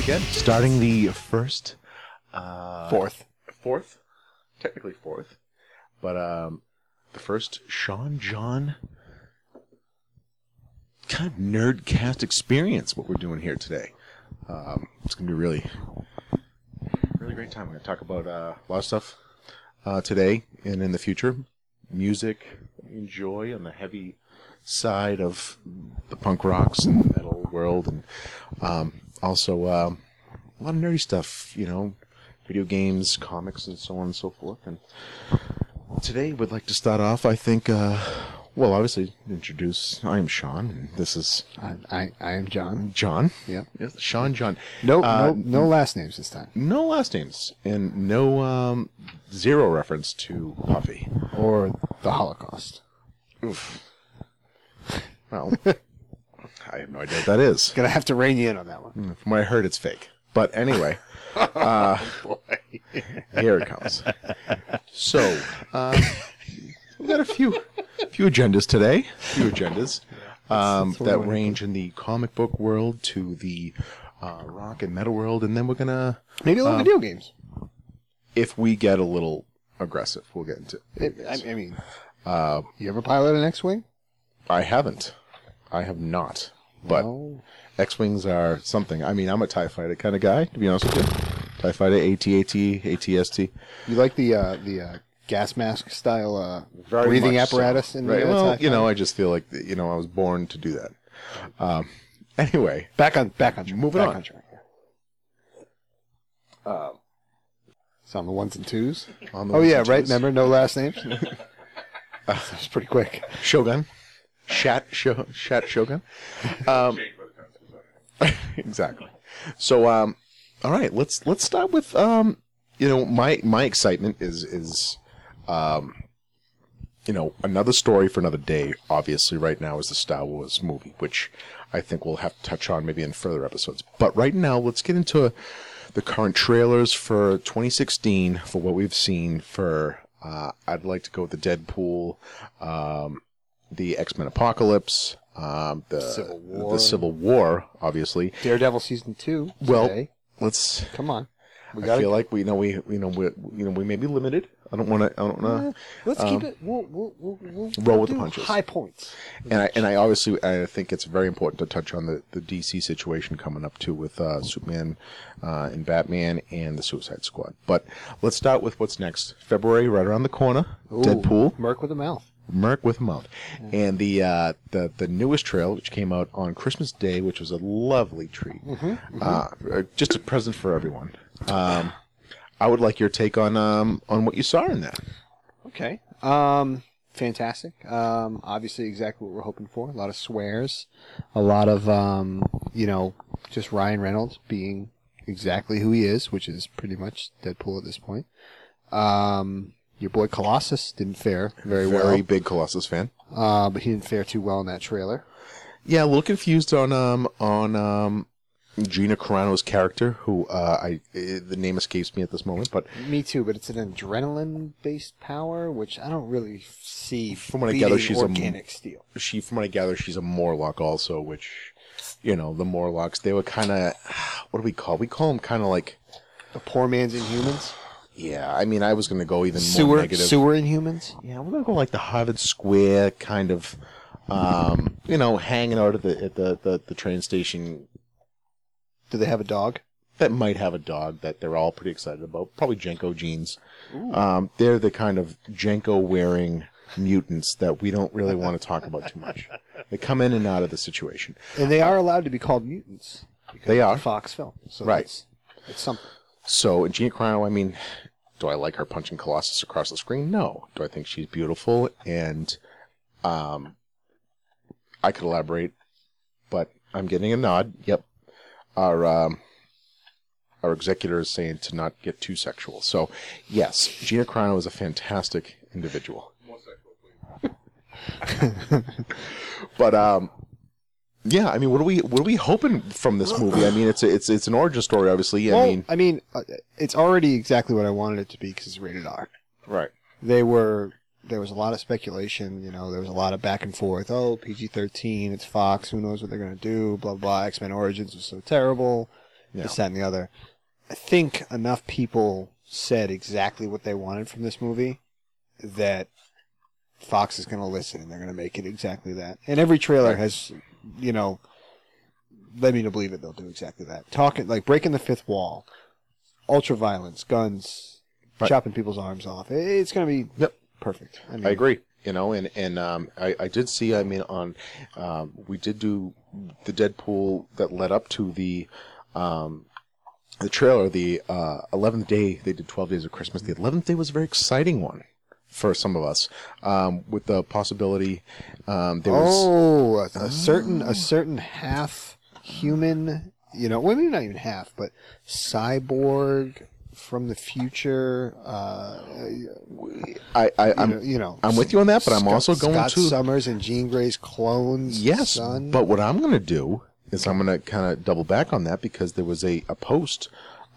Okay. starting the first, uh, Fourth. fourth, technically fourth, but um, the first Sean John kind of nerdcast experience. What we're doing here today, um, it's gonna be really, really great time. We're gonna talk about uh, a lot of stuff uh, today and in the future. Music, enjoy on the heavy side of the punk rocks and metal world, and um, also um, a lot of nerdy stuff. You know, video games, comics, and so on and so forth. And today, we'd like to start off. I think, uh, well, obviously, introduce. I am Sean. And this is I, I, I am John. John. Yep. Yes, Sean John. No, Uh, no, no last names this time, No last names and no um, zero reference to Puffy. or the Holocaust. Oof. Well, I have no idea what that is. Gonna have to rein you in on that one. From what I heard, it's fake. But anyway, Oh, uh, here it comes. So uh, we've got a few few agendas today. Few agendas um, that's what that we're range in the comic book world to the uh, rock and metal world, and then we're gonna, Maybe a Uh, little video games. if we get a little aggressive, we'll get into. It, I, I mean, uh, you ever pilot an X-wing? I haven't. I have not. But Oh, X wings are something. I mean, I'm a Tie Fighter kind of guy, to be honest with you. Tie Fighter, ATAT, ATST. you like the uh, the uh, gas mask style uh, Very breathing much so. apparatus in the Right. uh, Well, sci-fi? you know, I just feel like you know I was born to do that. Um, anyway, back on back on track. Moving back on. track. It's on the ones and twos. on the Oh ones yeah, and right. twos. Remember, no last names. That's pretty quick. Shogun, Shat, Sho, Shat Shogun. Um, exactly. So, um, all right, let's let's start with um, you know my my excitement is is um, you know another story for another day. Obviously, right now is the Star Wars movie, which I think we'll have to touch on maybe in further episodes. But right now, let's get into the current trailers for 2016 for what we've seen for. Uh, I'd like to go with the Deadpool, um, the X Men Apocalypse, um, the Civil War. the Civil War, obviously, Daredevil season two. well, today. let's. come on. We I gotta feel like we you know we you know we you know we may be limited. I don't want to. I don't want to. Mm, Let's Um, keep it. We'll, we'll, we'll, we'll roll with the do punches. High points. And I and I obviously I think it's very important to touch on the the DC situation coming up too with uh, Superman uh, and Batman and the Suicide Squad. But let's start with what's next. February right around the corner. Ooh, Deadpool. Merc with a mouth. Merc with a mouth. And the uh, the the newest trail, which came out on Christmas Day, which was a lovely treat, Uh, just a present for everyone. Um, I would like your take on um, on what you saw in that. Okay. Um, fantastic. Um, obviously, exactly what we're hoping for. A lot of swears, a lot of um, you know, just Ryan Reynolds being exactly who he is, which is pretty much Deadpool at this point. Um, your boy Colossus didn't fare very, Very big Colossus fan. well, uh, but he didn't fare too well in that trailer. Yeah, a little confused on um on um Gina Carano's character, who uh, I eh, the name escapes me at this moment, but Me too, but it's an adrenaline-based power, which I don't really see. From what I gather, beating she's a m- organic steel. she, from what I gather, she's a Morlock also, which you know the Morlocks they were kind of what do we call? We call them kind of like. The poor man's Inhumans. Yeah, I mean, I was going to go even more Sewer, negative. sewer Inhumans. Yeah, we're going to go like the Harvard Square kind of, um, you know, hanging out at the at the, the the train station Do they have a dog? that might have a dog that they're all pretty excited about. Probably Jenko jeans. Um, they're the kind of Jenko wearing mutants that we don't really want to talk about too much. They come in and out of the situation. And they are allowed to be called mutants. because They it's a are. Fox film. So Right. It's, it's something. So, Gina Carano, I mean, do I like her punching Colossus across the screen? No. Do I think she's beautiful? And, um, I could elaborate, but I'm getting a nod. Yep. Our, um, our executor is saying to not get too sexual. So, yes, Gina Carano is a fantastic individual. but, um, yeah, I mean, what are we what are we hoping from this movie? I mean, it's a, it's it's an origin story, obviously. well, I mean, I mean, uh, it's already exactly what I wanted it to be because it's rated R. right. They were. There was a lot of speculation. You know, there was a lot of back and forth. Oh, PG thirteen. It's Fox. Who knows what they're gonna do? Blah blah. X Men Origins was so terrible. Yeah. this, that, and the other. I think enough people said exactly what they wanted from this movie that Fox is going to listen and they're going to make it exactly that. And every trailer has, you know, led me to believe that they'll do exactly that. Talking like breaking the fifth wall, ultra violence, guns, Right. chopping people's arms off. I- It's going to be Yep. perfect. mean, I agree. You know, and and um, I I did see. I mean, on um, we did do the Deadpool that led up to the um, the trailer. The uh, eleventh day they did Twelve Days of Christmas. The eleventh day was a very exciting one for some of us, um, with the possibility um, there was Oh, a, a certain a certain half human, you know, well, maybe not even half, but cyborg from the future. Uh, I, I you I'm know, you know, I'm with you on that, but I'm Scott- also going Scott to Summers and Jean Grey's clones. Yes, son. but what I'm going to do is I'm going to kind of double back on that because there was a, a post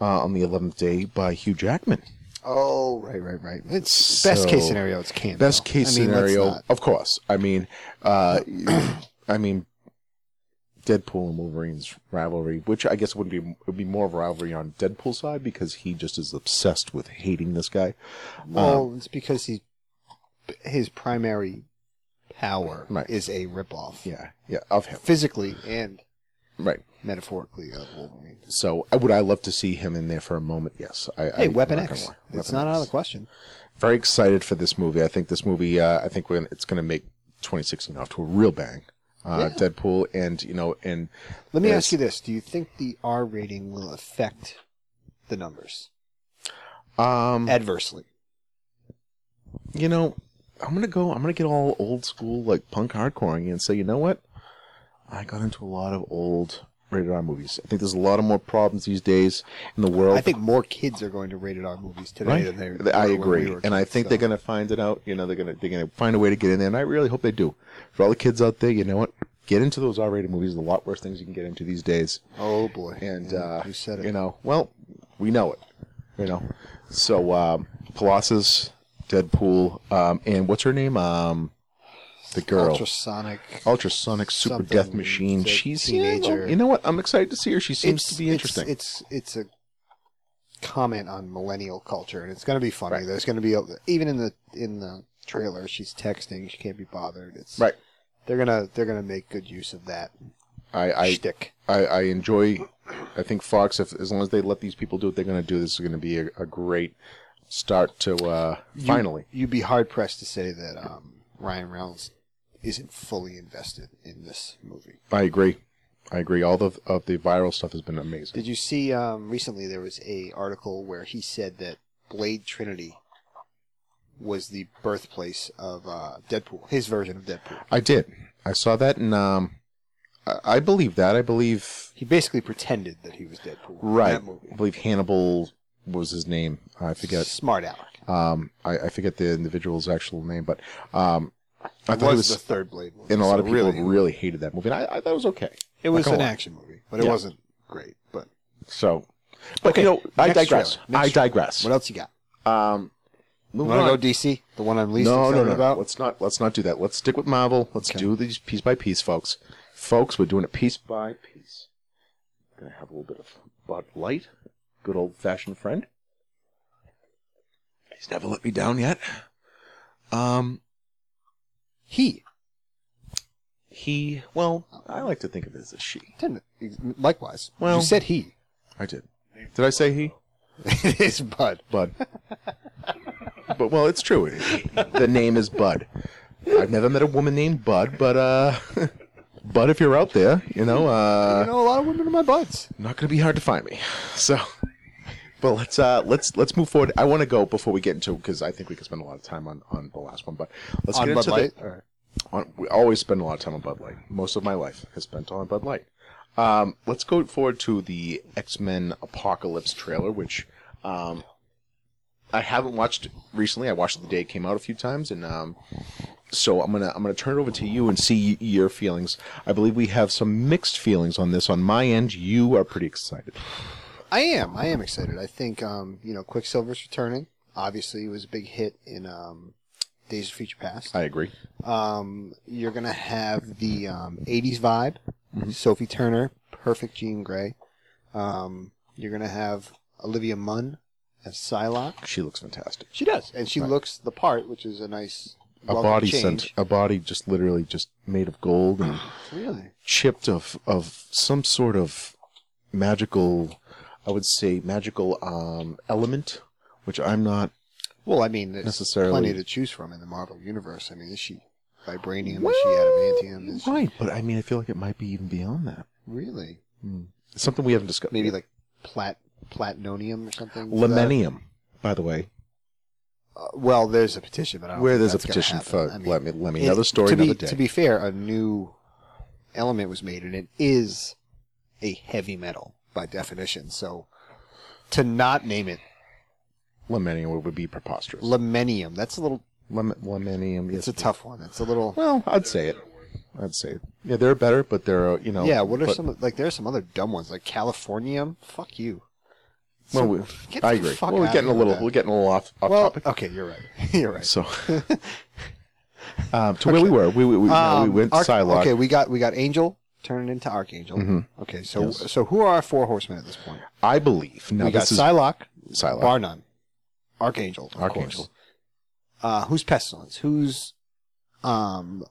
uh, on the 11th day by Hugh Jackman. oh, right, right, right. It's best So- case scenario. It's Campbell. Best case I mean, let's scenario, not- of course. I mean, uh, I mean, Deadpool and Wolverine's rivalry, which I guess would be it would be more of a rivalry on Deadpool's side because he just is obsessed with hating this guy. Well, um, it's because he his primary power Right. is a ripoff, Yeah, yeah, of him, physically and right. metaphorically of Wolverine. So, I would I love to see him in there for a moment? Yes. I, Hey, I, Weapon I'm not X. gonna lie. It's Weapon not X. out of the question. very excited for this movie. I think this movie, uh, I think we're, it's going to make 2016 off to a real bang. Uh, Deadpool and you know and Let me Yes. ask you this: Do you think the R rating will affect the numbers um adversely? you know I'm gonna go I'm gonna get all old school like punk hardcoring and say you know what I got into a lot of old rated R movies. I think there's a lot of more problems these days in the world. I think more kids are going to rated R movies today than they. Th- I were when we agree, were and I kids, think so. they're going to find it out. You know, they're going to they're going to find a way to get in there, and I really hope they do. For all the kids out there, you know what? Get into those R-rated movies. There's a lot worse things you can get into these days. Oh boy! and Yeah, uh, you said it. You know, well, we know it. You know, so um, Colossus, Deadpool, um, and what's her name? Um, the girl, ultrasonic. ultrasonic super something, death machine. the She's You know, teenager. you know what? I'm excited to see her. She seems to be interesting. It's, it's it's a comment on millennial culture, and it's going to be funny. There's going to be a, even in the in the trailer, she's texting. She can't be bothered. It's right. They're gonna they're gonna make good use of that I, I shtick. I, I enjoy. I think Fox, if as long as they let these people do what they're going to do, this is going to be a, a great start to uh, finally. you'd be hard pressed to say that um, Ryan Reynolds isn't fully invested in this movie. I agree. I agree. All the of the viral stuff has been amazing. Did you see um, recently there was a article where he said that Blade Trinity was the birthplace of uh, Deadpool, his version of Deadpool. I did. I saw that, and um, I, I believe that. I believe He basically pretended that he was Deadpool right. in that movie. I believe Hannibal was his name. I forget. Smart Alec. Um, I, I forget the individual's actual name, but um, I It thought was, it was. the third Blade movie. and a lot so of people really, hated that movie, and I, I thought it was okay. it was Like an a lot. action movie, but it Yeah. wasn't great. But So, but you know, I next digress. trailer. Next I digress. what else you got? Um, You moving want to on. go DC? The one I'm least no, excited no, no. about. Let's not. Let's not do that. Let's stick with Marvel. Let's Okay. do these piece by piece, folks. Folks, we're doing it piece by piece. Gonna have a little bit of Bud Light, good old fashioned friend. He's never let me down yet. Um, He he. Well, I like to think of it as a she. Didn't it? Likewise. Well- you said he. I did. Did I say he? it is Bud. Bud. but well, it's true. The name is Bud. I've never met a woman named Bud, but uh, Bud, if you're out there, you know, you uh, know, a lot of women are my buds. not gonna be hard to find me. So, but let's uh, let's let's move forward. I want to go before we get into because I think we could spend a lot of time on on the last one, but let's On get Bud into Light. the. On, we always spend a lot of time on Bud Light. Most of my life has spent on Bud Light. Um, let's go forward to the X Men Apocalypse trailer, which um, I haven't watched recently. I watched it the day it came out a few times, and um, so I'm gonna I'm gonna turn it over to you and see y- your feelings. I believe we have some mixed feelings on this. On my end, you are pretty excited. I am. I am excited. I think, um, you know, Quicksilver's returning. Obviously, he was a big hit in um, Days of Future Past. I agree. Um, you're going to Mm-hmm. have the um, 80s vibe. Sophie Turner, perfect Jean Grey. Um, you're gonna have Olivia Munn as Psylocke. She looks fantastic. She does, and she Right. looks the part, which is a nice A welcome body change. sent a body just literally just made of gold and Really? chipped of of some sort of magical I would say magical um element, which I'm not Well, I mean, there's Necessarily. plenty to choose from in the Marvel universe. I mean, is she vibranium? Is she adamantium? Is she... Right, but I mean I feel like it might be even beyond that. Really? Hmm. It's something we haven't discussed. Maybe yet. like plat platinonium or something. to that? Lemenium, by the way, Uh, well, there's a petition, but I don't where think there's a that's gonna petition happen. for I mean, let me let me it- another story to be, another day. To be fair, a new element was made, and it is a heavy metal by definition. So to not name it Lemenium would be preposterous. lemenium, that's a little. Lem- Lemenium. yes, It's a tough one. It's a little. Well, I'd say it. I'd say it. Yeah, they're better, but they're uh, you know. yeah. What are but- some like? There's some other dumb ones like californium. Fuck you. Well, we, get the I agree. fuck Well, we're outta getting a here little with that. we're getting a little off, off Well, topic. okay, you're right. You're right. So, um, to where we were, we we, we, no, we Um, went Arch- Psylocke. Okay, we got we got Angel turning into Archangel. Mhm. Okay, so Yes. so who are our four horsemen at this point? I believe. Now we got this is Psylocke, Psylocke. bar none, Archangel, of Archangel. course. Uh, who's pestilence? Who's um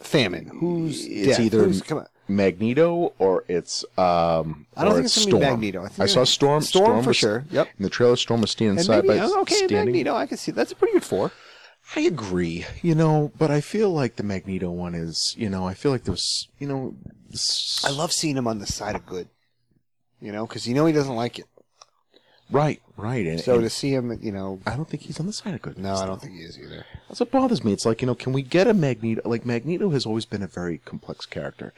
famine? Who's It's death? either- Who's- come on. Magneto or it's um. I don't or think it's gonna Storm. be Magneto. I, think I it's- saw Storm. Storm, for was- sure. Yep. In the trailer, Storm was standing And side maybe uh, by okay, standing. Magneto. I can see that's a pretty good four. uh, I agree, you know, but I feel like the Magneto one is, you know, I feel like there was, you know, s- I love seeing him on the side of good, you know, because you know he doesn't like it. right, right, and, So and to see him, you know, I don't think he's on the side of good. no, I don't think he is either. That's what bothers me. It's like, you know, can we get a Magneto? Like, Magneto has always been a very complex character.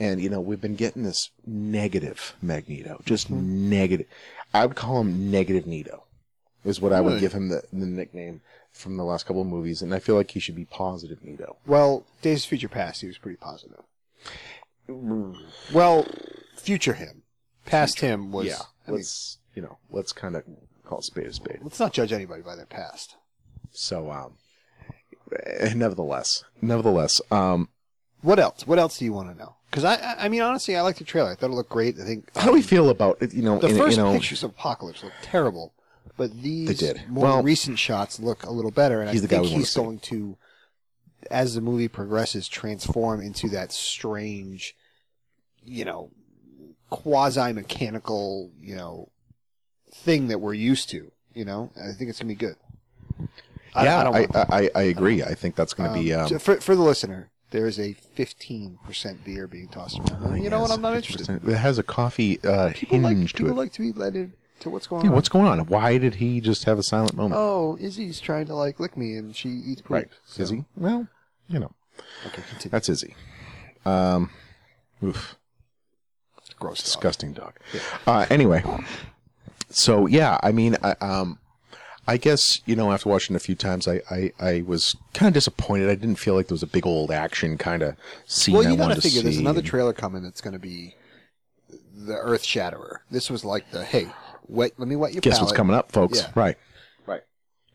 And, you know, we've been getting this negative Magneto, just Mm-hmm. negative. I would call him Negative Nito, is what I would Really? give him the, the nickname from the last couple of movies. And I feel like he should be Positive Nito. Well, Days of Future Past, he was pretty positive. Well, future him, past him was. yeah. I mean, let's, let's, you know, let's kind of call a spade a spade. not judge anybody by their past. So, um, eh, nevertheless, nevertheless, um, What else? What else do you want to know? Because I, I, I mean, honestly, I liked the trailer. I thought it looked great. I think how do we feel about it? You know, the in- first you know, pictures of Apocalypse looked terrible, but these They did. more Well, recent shots look a little better, and he's I the guy think we wanna he's see. going to, as the movie progresses, transform into that strange, you know, quasi mechanical, you know, thing that we're used to. You know, And I think it's gonna be good. I- yeah, I I, don't I, want- I, agree. I think that's going to be. Um, Um, so for for the listener. There is a fifteen percent beer being tossed around. And Oh, you know what? Oh, yes, I'm not interested. 50%. It has a coffee uh, People hinge like to people it. like to be led into what's going yeah, on. what's going on? Why did he just have a silent moment? oh, Izzy's trying to like lick me, and she eats poop. right, So- Izzy. Well, you know, Okay, continue. that's Izzy. Um, oof, gross. disgusting dog. Uh, anyway, so yeah, I mean, I, um, I guess you know after watching it a few times, I, I, I was kind of disappointed. I didn't feel like there was a big old action kind of scene. Well, I you wanted gotta to figure there's see. another trailer coming that's gonna be the Earth Shatterer. This was like the hey, wet. Let me wet your guess palate. what's coming up, folks. Yeah. Right. Right.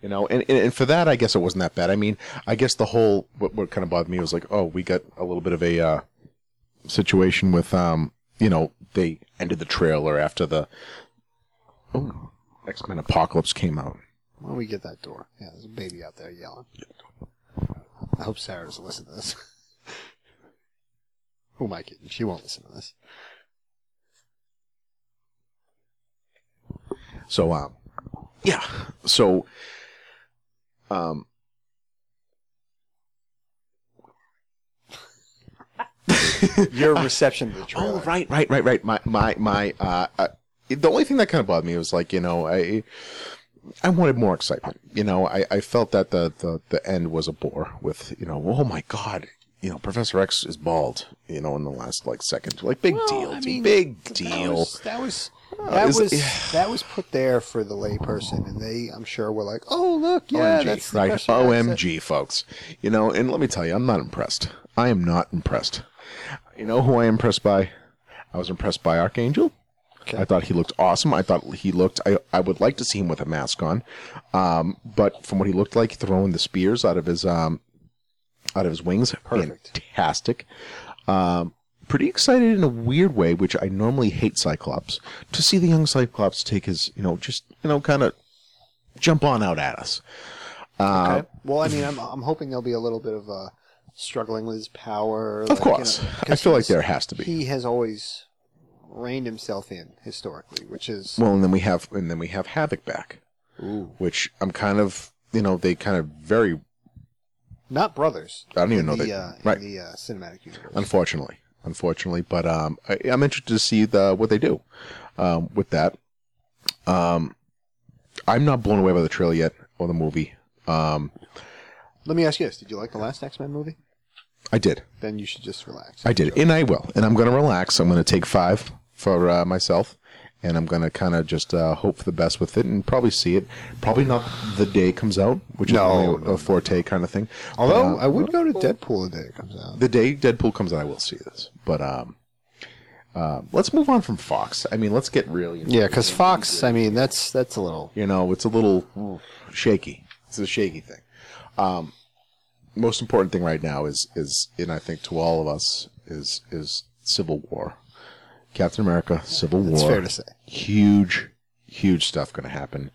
You know, and, and, and for that, I guess it wasn't that bad. I mean, I guess the whole, what, what kind of bothered me was like, oh, we got a little bit of a uh, situation with, um, you know, they ended the trailer after the oh, X Men Apocalypse came out. Why don't we get that door? Yeah, there's a baby out there yelling. I hope Sarah doesn't listen to this. Who am I kidding? She won't listen to this. So, um, yeah. So, um, Your reception to the trailer. Oh, right, right, right, right. My, my, my. Uh, uh, the only thing that kind of bothered me was like, you know, I, I wanted more excitement. You know, I, I felt that the, the the end was a bore with, you know, oh my god, you know, Professor X is bald. You know, in the last like second, like big Well, deal, I dude, mean, big that deal. Oh, was- That was that is- was that was put there for the layperson, and they, I'm sure, were like, "Oh, look, yeah, that's OMG, the right? Russian accent." OMG, folks. You know, and let me tell you, I'm not impressed. I am not impressed. You know who I am impressed by? I was impressed by Archangel. Okay. I thought he looked awesome. I thought he looked. I, I would like to see him with a mask on, um, but from what he looked like, throwing the spears out of his um, out of his wings, Perfect. fantastic. Um, pretty excited in a weird way, which I normally hate Cyclops, to see the young Cyclops take his, you know, just, you know, kind of jump on out at us. Uh, Okay. well, I mean, I'm, I'm hoping there'll be a little bit of uh, struggling with his power. Of course. I feel like there has to be. He has always reined himself in historically, which is Well, and then we have, and then we have Havoc back, which I'm kind of, you know, they kind of very, not brothers. I don't even know in the, they- uh, right. Um, in the uh, cinematic universe. unfortunately, unfortunately. But um, I, I'm interested to see the what they do um, with that. Um, I'm not blown away by the trailer yet or the movie. Um, Let me ask you this: Did you like the last X Men movie? I did, Then you should just relax. I did, and I will, and I'm going to relax. I'm going to take five for uh, myself, and I'm going to kind of just uh, hope for the best with it, and probably see it. Probably not the day it comes out, which No, is only a forte kind of thing. Although But, uh, I would go to Deadpool the day it comes out. the day Deadpool comes out, I will see this. But um, uh, let's move on from Fox. I mean, let's get really. Yeah, because Fox. I mean, that's that's a little. You know, it's a little shaky. It's a shaky thing. Um, most important thing right now is is, and I think to all of us is is Civil War, Captain America, Civil War. It's fair to say. Huge, huge stuff going to happen.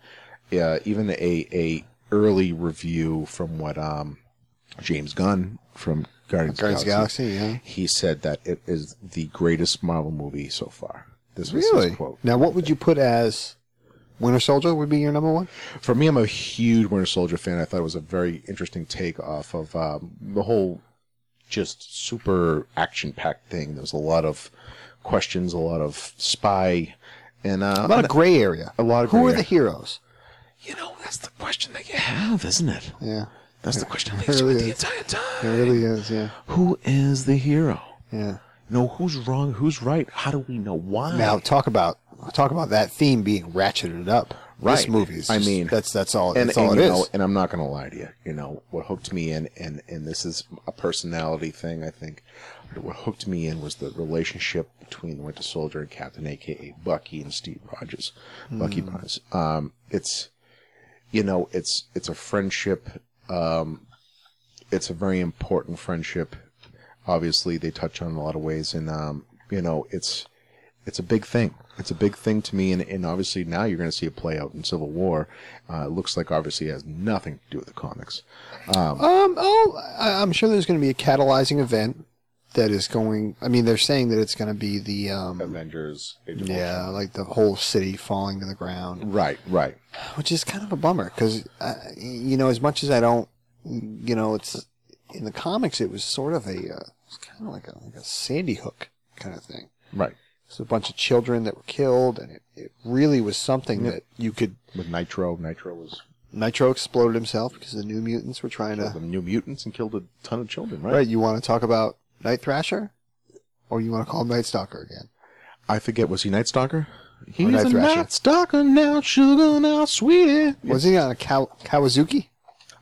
Yeah, even a a early review from what um James Gunn from Guardians, Guardians of the of the Galaxy. Yeah. he said that it is the greatest Marvel movie so far. This was his quote. Now, what would you put as Winter Soldier? Would be your number one. For me, I'm a huge Winter Soldier fan. I thought it was a very interesting take off of um, the whole just super action packed thing. There was a lot of questions, a lot of spy, and uh, A lot of gray area. a lot of Who gray are the area. heroes? you know that's the question that you have, isn't it? Yeah, That's the question that really the is. entire it time. really is. Yeah, Who is the hero? yeah. You know who's wrong, who's right? How do we know why? Now, talk about talk about that theme being ratcheted up. This Right. movie is. I just- mean- that's that's all. and, that's all and, it you is. know, and I'm not going to lie to you. You know what hooked me in, and and this is a personality thing. I think what hooked me in was the relationship between the Winter Soldier and Captain, aka Bucky, and Steve Rogers. Hmm. Bucky Barnes. Um, it's you know, it's it's a friendship. Um, it's a very important friendship. Obviously, they touch on a lot of ways, and um, you know, it's it's a big thing. It's a big thing to me, and, and obviously now you're going to see it play out in Civil War. Uh, it looks like obviously it has nothing to do with the comics. Um, oh, I, I'm sure there's going to be a catalyzing event that is going. I mean, they're saying that it's going to be the um, Avengers. yeah, like the whole city falling to the ground, Right. Right. which is kind of a bummer because uh, you know, as much as I don't, you know, it's in the comics, it was sort of a uh, it's kind of like a, like a Sandy Hook kind of thing. Right. It's a bunch of children that were killed, and it, it really was something that you could. With Nitro, Nitro was Nitro exploded himself because the New Mutants were trying to the New Mutants and killed a ton of children. Right. Right, you want to talk about Night Thrasher? Or you want to call him Night Stalker again? I forget. Was he Night Stalker? He's Night Thrasher. Stalker now, sugar now, sweet. Was he on a Kaw- Kawazuki?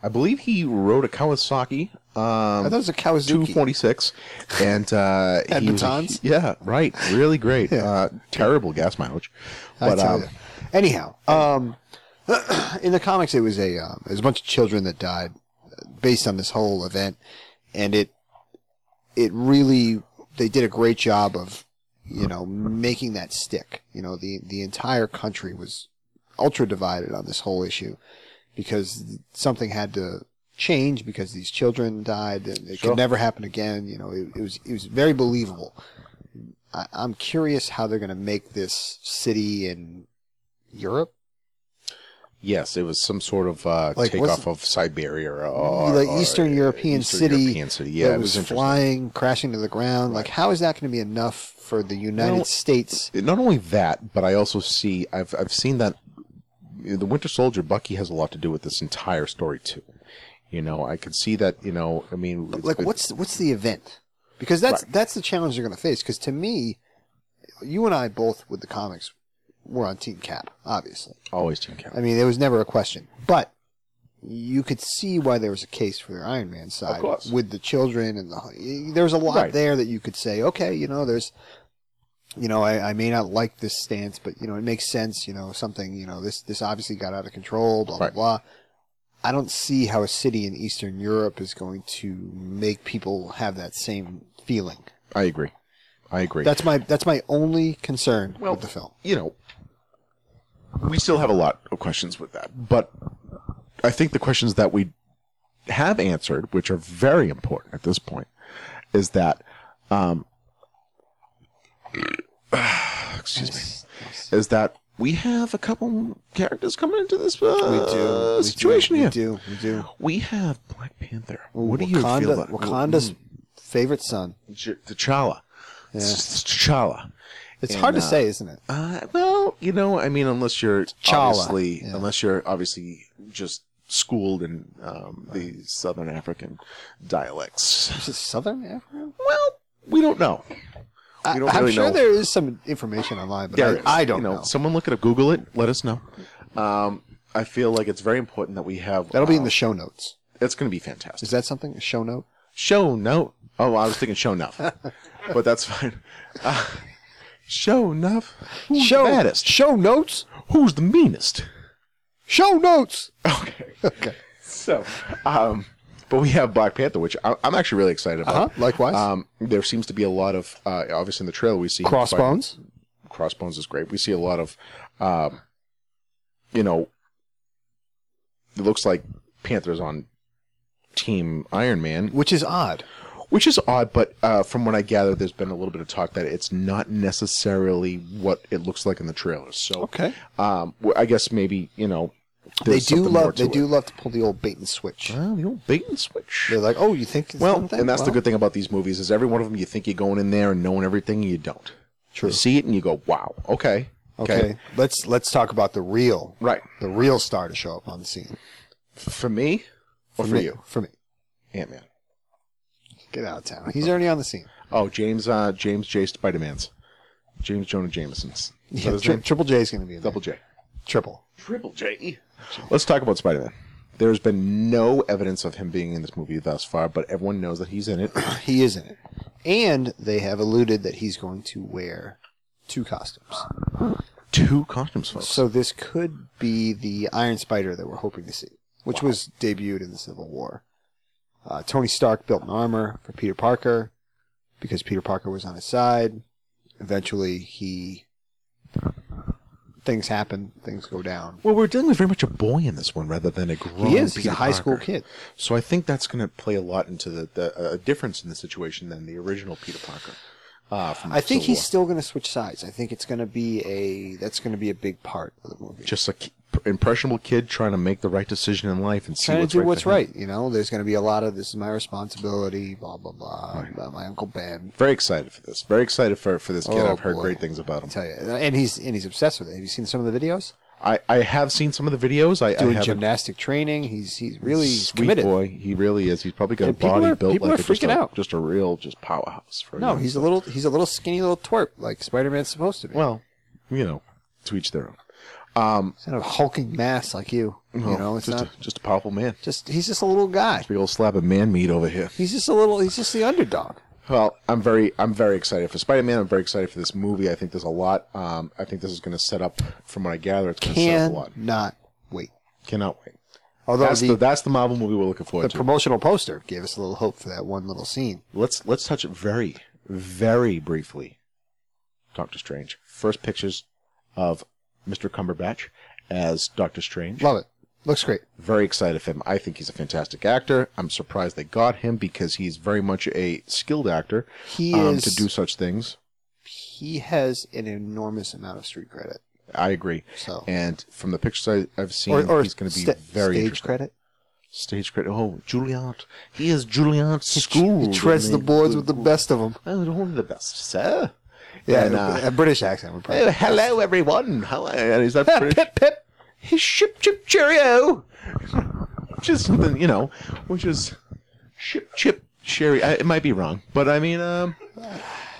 I believe he rode a Kawasaki. I Um, thought it was a Kawazuki. 246 and uh Had he was a- batons? yeah right really great Yeah. uh terrible gas mileage I but tell um ya. Anyhow, um, in the comics, it was a um, it was a bunch of children that died uh, based on this whole event, and it it really they did a great job of you know making that stick. You know, the the entire country was ultra divided on this whole issue because something had to change because these children died and it Sure. could never happen again. You know, it, it was it was very believable. I, I'm curious how they're going to make this city in Europe. yes it was some sort of uh Like, takeoff of siberia or, Like or Eastern European Eastern city European city. yeah that it was, interesting. flying, crashing to the ground. Like, how is that going to be enough for the United Well, States? not only that but i also see i've i've seen that the winter soldier bucky has a lot to do with this entire story too you know i could see that you know i mean it's- Like, it's- what's what's the event? Because that's that's the challenge they're going to face. Because to me, you and I both with the comics were on Team Cap, obviously. always team count I mean, there was never a question. But you could see why there was a case for their Iron Man side course. with the children and the. There was a lot Right. there that you could say, okay, you know, there's. You know, I, I may not like this stance, but you know, it makes sense. You know, something. You know, this this obviously got out of control. Blah Right. blah blah. I don't see how a city in Eastern Europe is going to make people have that same feeling. i agree I agree. That's my that's my only concern Well- with the film. you know, we still have a lot of questions with that, but I think the questions that we have answered, which are very important at this point, is that, um, excuse me, is that we have a couple characters coming into this We uh, do we situation do, here. We do we do. We have Black Panther. what do you Wakanda, feel about Mm. Wakanda's favorite son? J- T'Challa? Yeah. It's T'Challa. It's And, hard to uh, say, isn't it? Uh, well, you know, I mean, unless you're T'Challa, obviously, yeah. unless you're obviously just schooled in um, the Southern African dialects. Is it Southern Africa? Well, we don't know. I, don't am really sure know. there is some information online, but There I, is. I don't You know. Someone look it up, Google it, let us know. Um, I feel like it's very important that we have. That'll be in um, the show notes. It's going to be Is fantastic. that something? A show note? Show note. Oh, I was thinking show enough, but that's fine. Uh, show enough. Who's show the baddest? Show notes. Who's the meanest? Show notes. Okay. Okay. So, um, but we have Black Panther, which I, I'm actually really excited Uh huh. about. Likewise. Um, there seems to be a lot of uh, obviously in the trailer we see him Crossbones. fighting- Crossbones is great. We see a lot of, um, you know, it looks like Panthers on Team Iron Man, which is odd. which is odd. But uh, from what I gather, there's been a little bit of talk that it's not necessarily what it looks like in the trailers. So, Okay. um, well, I guess maybe you know They there's do something more love to they it. do love to pull the old bait and switch. Well, the old bait and switch. They're like, oh, you think it's Well, one thing? and that's the Well, good thing about these movies is every one of them you think you're going in there and knowing everything and you don't. True. You see it and you go, "Wow, okay, Okay. Let's let's talk about the real right." the real star to show up on the scene. For me, or for me, you, For me. Ant Man. Get out of town. He's already on the scene. Oh, James, uh, James J. Spiderman's, James Jonah Jameson's. Is that Yeah, his tri- name? Triple J is going to be in there. Double J. Triple. Triple J. Let's talk about Spider Man. There's been no evidence of him being in this movie thus far, but everyone knows that he's in it. He is in it, and they have alluded that he's going to wear two costumes. Two costumes, folks. So this could be the Iron Spider that we're hoping to see, which was debuted in the Civil War. Uh, Tony Stark built an armor for Peter Parker because Peter Parker was on his side. Eventually, he things happen, things go down. Well, we're dealing with very much a boy in this one rather than a grown. He is. He's Peter a high school Parker. kid. So I think that's going to play a lot into the, the a difference in the situation than the original Peter Parker. Uh, from I think Civil he's still going to switch sides. I think it's going to be a that's going to be a big part of the movie. War. just a ki- impressionable kid trying to make the right decision in life and see trying to what's do right what's for him. right. You know, there's going to be a lot of this is my responsibility, blah blah blah. about my uncle Ben. Very excited for this. Very excited for for this kid. Oh, I've heard boy. great things about I him. tell you, and he's and he's obsessed with it. Have you seen some of the videos? I, I have seen some of the videos. I, I Doing have gymnastic training. He's he's a really sweet committed. boy. He really is. He's probably got Yeah, a people body are- built people like are a, just, freaking a, out. just a real just powerhouse. For a No, young he's a little he's a little skinny little twerp like Spider Man's supposed to be. well, you know, to each their own. Um, He's not a hulking mass like you. you know, it's just not a, just a powerful man. just he's just a little guy. Big old slab of man meat over here. He's just a little he's just the underdog. Well, I'm very, I'm very excited for Spider-Man. I'm very excited for this movie. I think there's a lot. Um, I think this is going to set up, from what I gather, it's going to set up a Can lot. not wait. Cannot wait. Although That's the, the, that's the Marvel movie we're looking forward the to. promotional poster gave us a little hope for that one little scene. let's let's touch it very, very briefly. Doctor Strange. First pictures of Mr. Cumberbatch as Doctor Strange. Love it. Looks great. Very excited for him. I think he's a fantastic actor. I'm surprised they got him because he's very much a skilled actor He um, is to do such things. he has an enormous amount of street credit. I agree. So And from the pictures I, I've seen, he's going to be sta- very stage interesting. credit. Stage credit. Oh, Juilliard. He is Juilliard He school. treads the boards with the best of them. Oh, only the best, sir. Yeah, And, uh, a British accent would probably. oh, hello, everyone. How are you? Is that British? Pip pip. His ship chip cheerio. which is something, you know, which is ship chip sherry. I, it might be wrong, but I mean, um,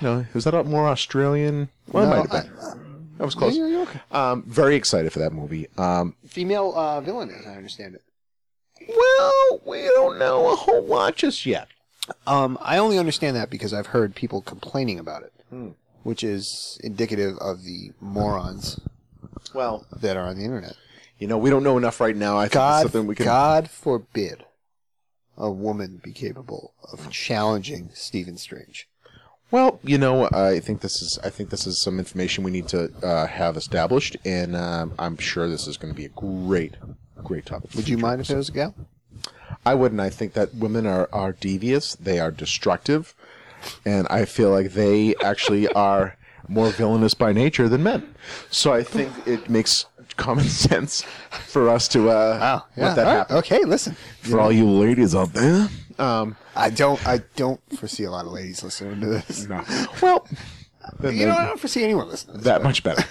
no, was that more Australian? Well, No, it might have been. that was close. Yeah, yeah, okay. Um, very excited for that movie. Um, Female uh, villain, as I understand it. Well, we don't know a whole lot just yet. Um, I only understand that because I've heard people complaining about it, Hmm. which is indicative of the morons Well, that are on the internet. you know, we don't know enough right now. I think it's God, something we can. God forbid a woman be capable of challenging Stephen Strange. Well, you know, I think this is I think this is some information we need to uh, have established, and um, I'm sure this is going to be a great, great topic. Would you mind if it was a gal? I wouldn't. I think that women are are devious. They are destructive, and I feel like they actually are more villainous by nature than men. So I think it makes common sense for us to uh, let that all right, happen. Okay, listen. For all you ladies out there, um, I don't. I don't foresee a lot of ladies listening to this. well, You know, I don't foresee anyone listening. To this. that much better.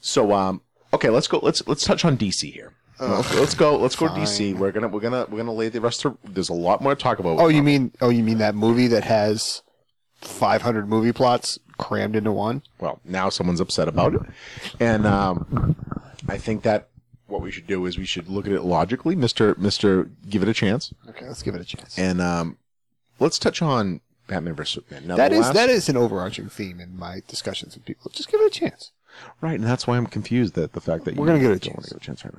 so um okay, let's go let's let's touch on DC here. Oh, Let's- let's go let's go to DC. We're going to we're going to we're going to lay the rest of there's a lot more to talk about. Oh, you mean? Oh, you mean that movie that has 500 movie plots crammed into one? well, now someone's upset about it. And um I think that what we should do is we should look at it logically, Mr. Mr. give it a chance. Okay, let's give it a chance. And um let's touch on Batman vs Superman. Now, That the is last- that is an overarching theme in my discussions with people. Just give it a chance. right, and that's why I'm confused that the fact that We're you gonna give it a don't want chance. to give a chance right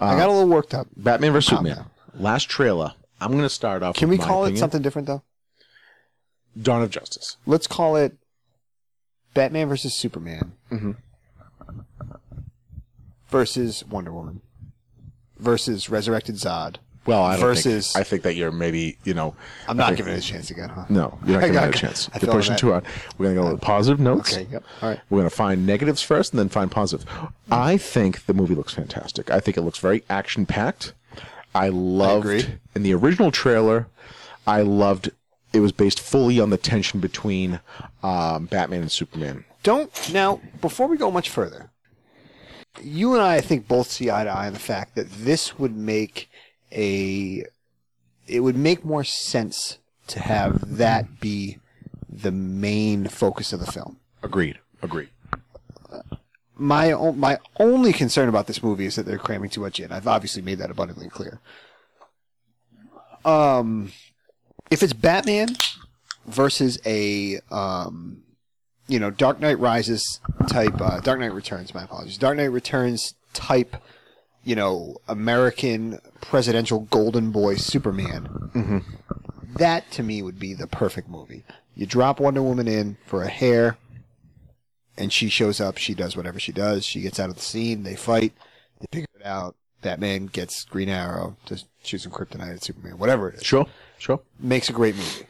now. I got a little worked up. Batman vs Calm Superman. Last trailer. I'm going to start off. Can we with my call it opinion. something different though? Dawn of Justice. Let's call it Batman versus Superman Mm-hmm. versus Wonder Woman versus Resurrected Zod. Well, I don't Versus- Think, I think that you're maybe you know. I'm not giving it a chance again, huh? No, you're not I giving got- it a chance. I You're feel pushing that. too hard. We're gonna go with positive notes. Okay. Yep. All right. We're gonna find negatives first, and then find positive. I think the movie looks fantastic. I think it looks very action packed. I loved agree. in the original trailer. I loved. It was based fully on the tension between um, Batman and Superman. Don't now. Before we go much further, you and I, I think, both see eye to eye on the fact that this would make a. It would make more sense to have that be the main focus of the film. Agreed. Agreed. my o- my only concern about this movie is that they're cramming too much in. I've obviously made that abundantly clear. Um, if it's Batman versus a um, you know, Dark Knight Rises type, uh, Dark Knight Returns. My apologies, Dark Knight Returns type, you know, American presidential golden boy Superman. That to me would be the perfect movie. You drop Wonder Woman in for a hair, and she shows up. She does whatever she does. She gets out of the scene. They fight. They figure it out. Batman gets Green Arrow to shoot some kryptonite at Superman. Whatever it is, Sure. Sure. makes a great movie.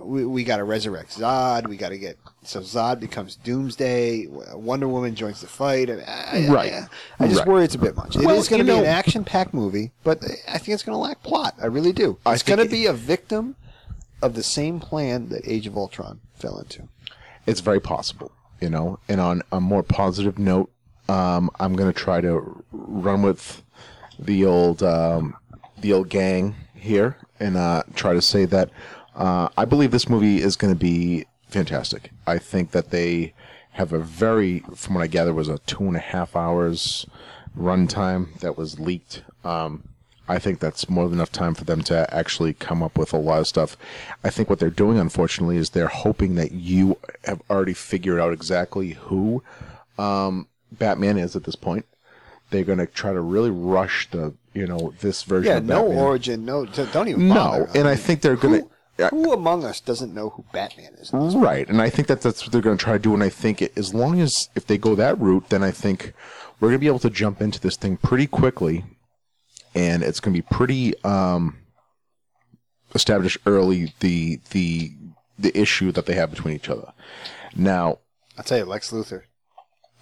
We, we got to resurrect Zod. We got to get so Zod becomes Doomsday. Wonder Woman joins the fight. And I, I- Right. I, I just Right. worry it's a bit much. It Well, going to you be an know- action-packed movie, but I think it's going to lack plot. I really do. I It's think going to it- be a victim of the same plan that Age of Ultron fell into. it's very possible, you know. And on a more positive note, um, I'm gonna try to r- run with the old um, the old gang here and uh, try to say that uh, I believe this movie is gonna be fantastic. I think that they have a very, from what I gather, was a two and a half hours runtime that was leaked. Um, I think that's more than enough time for them to actually come up with a lot of stuff. I think what they're doing, unfortunately, is they're hoping that you have already figured out exactly who um, Batman is at this point. They're going to try to really rush the, you know, this version Yeah, of no Batman. origin. No, d- don't even. no, Bother. and I think they're going who, to. who among us doesn't know who Batman is? Right, and I think that that's what they're going to try to do. And I think it, as long as if they go that route, then I think we're going to be able to jump into this thing pretty quickly, and it's going to be pretty um, established early the the the issue that they have between each other. Now, I'll tell you, Lex Luthor.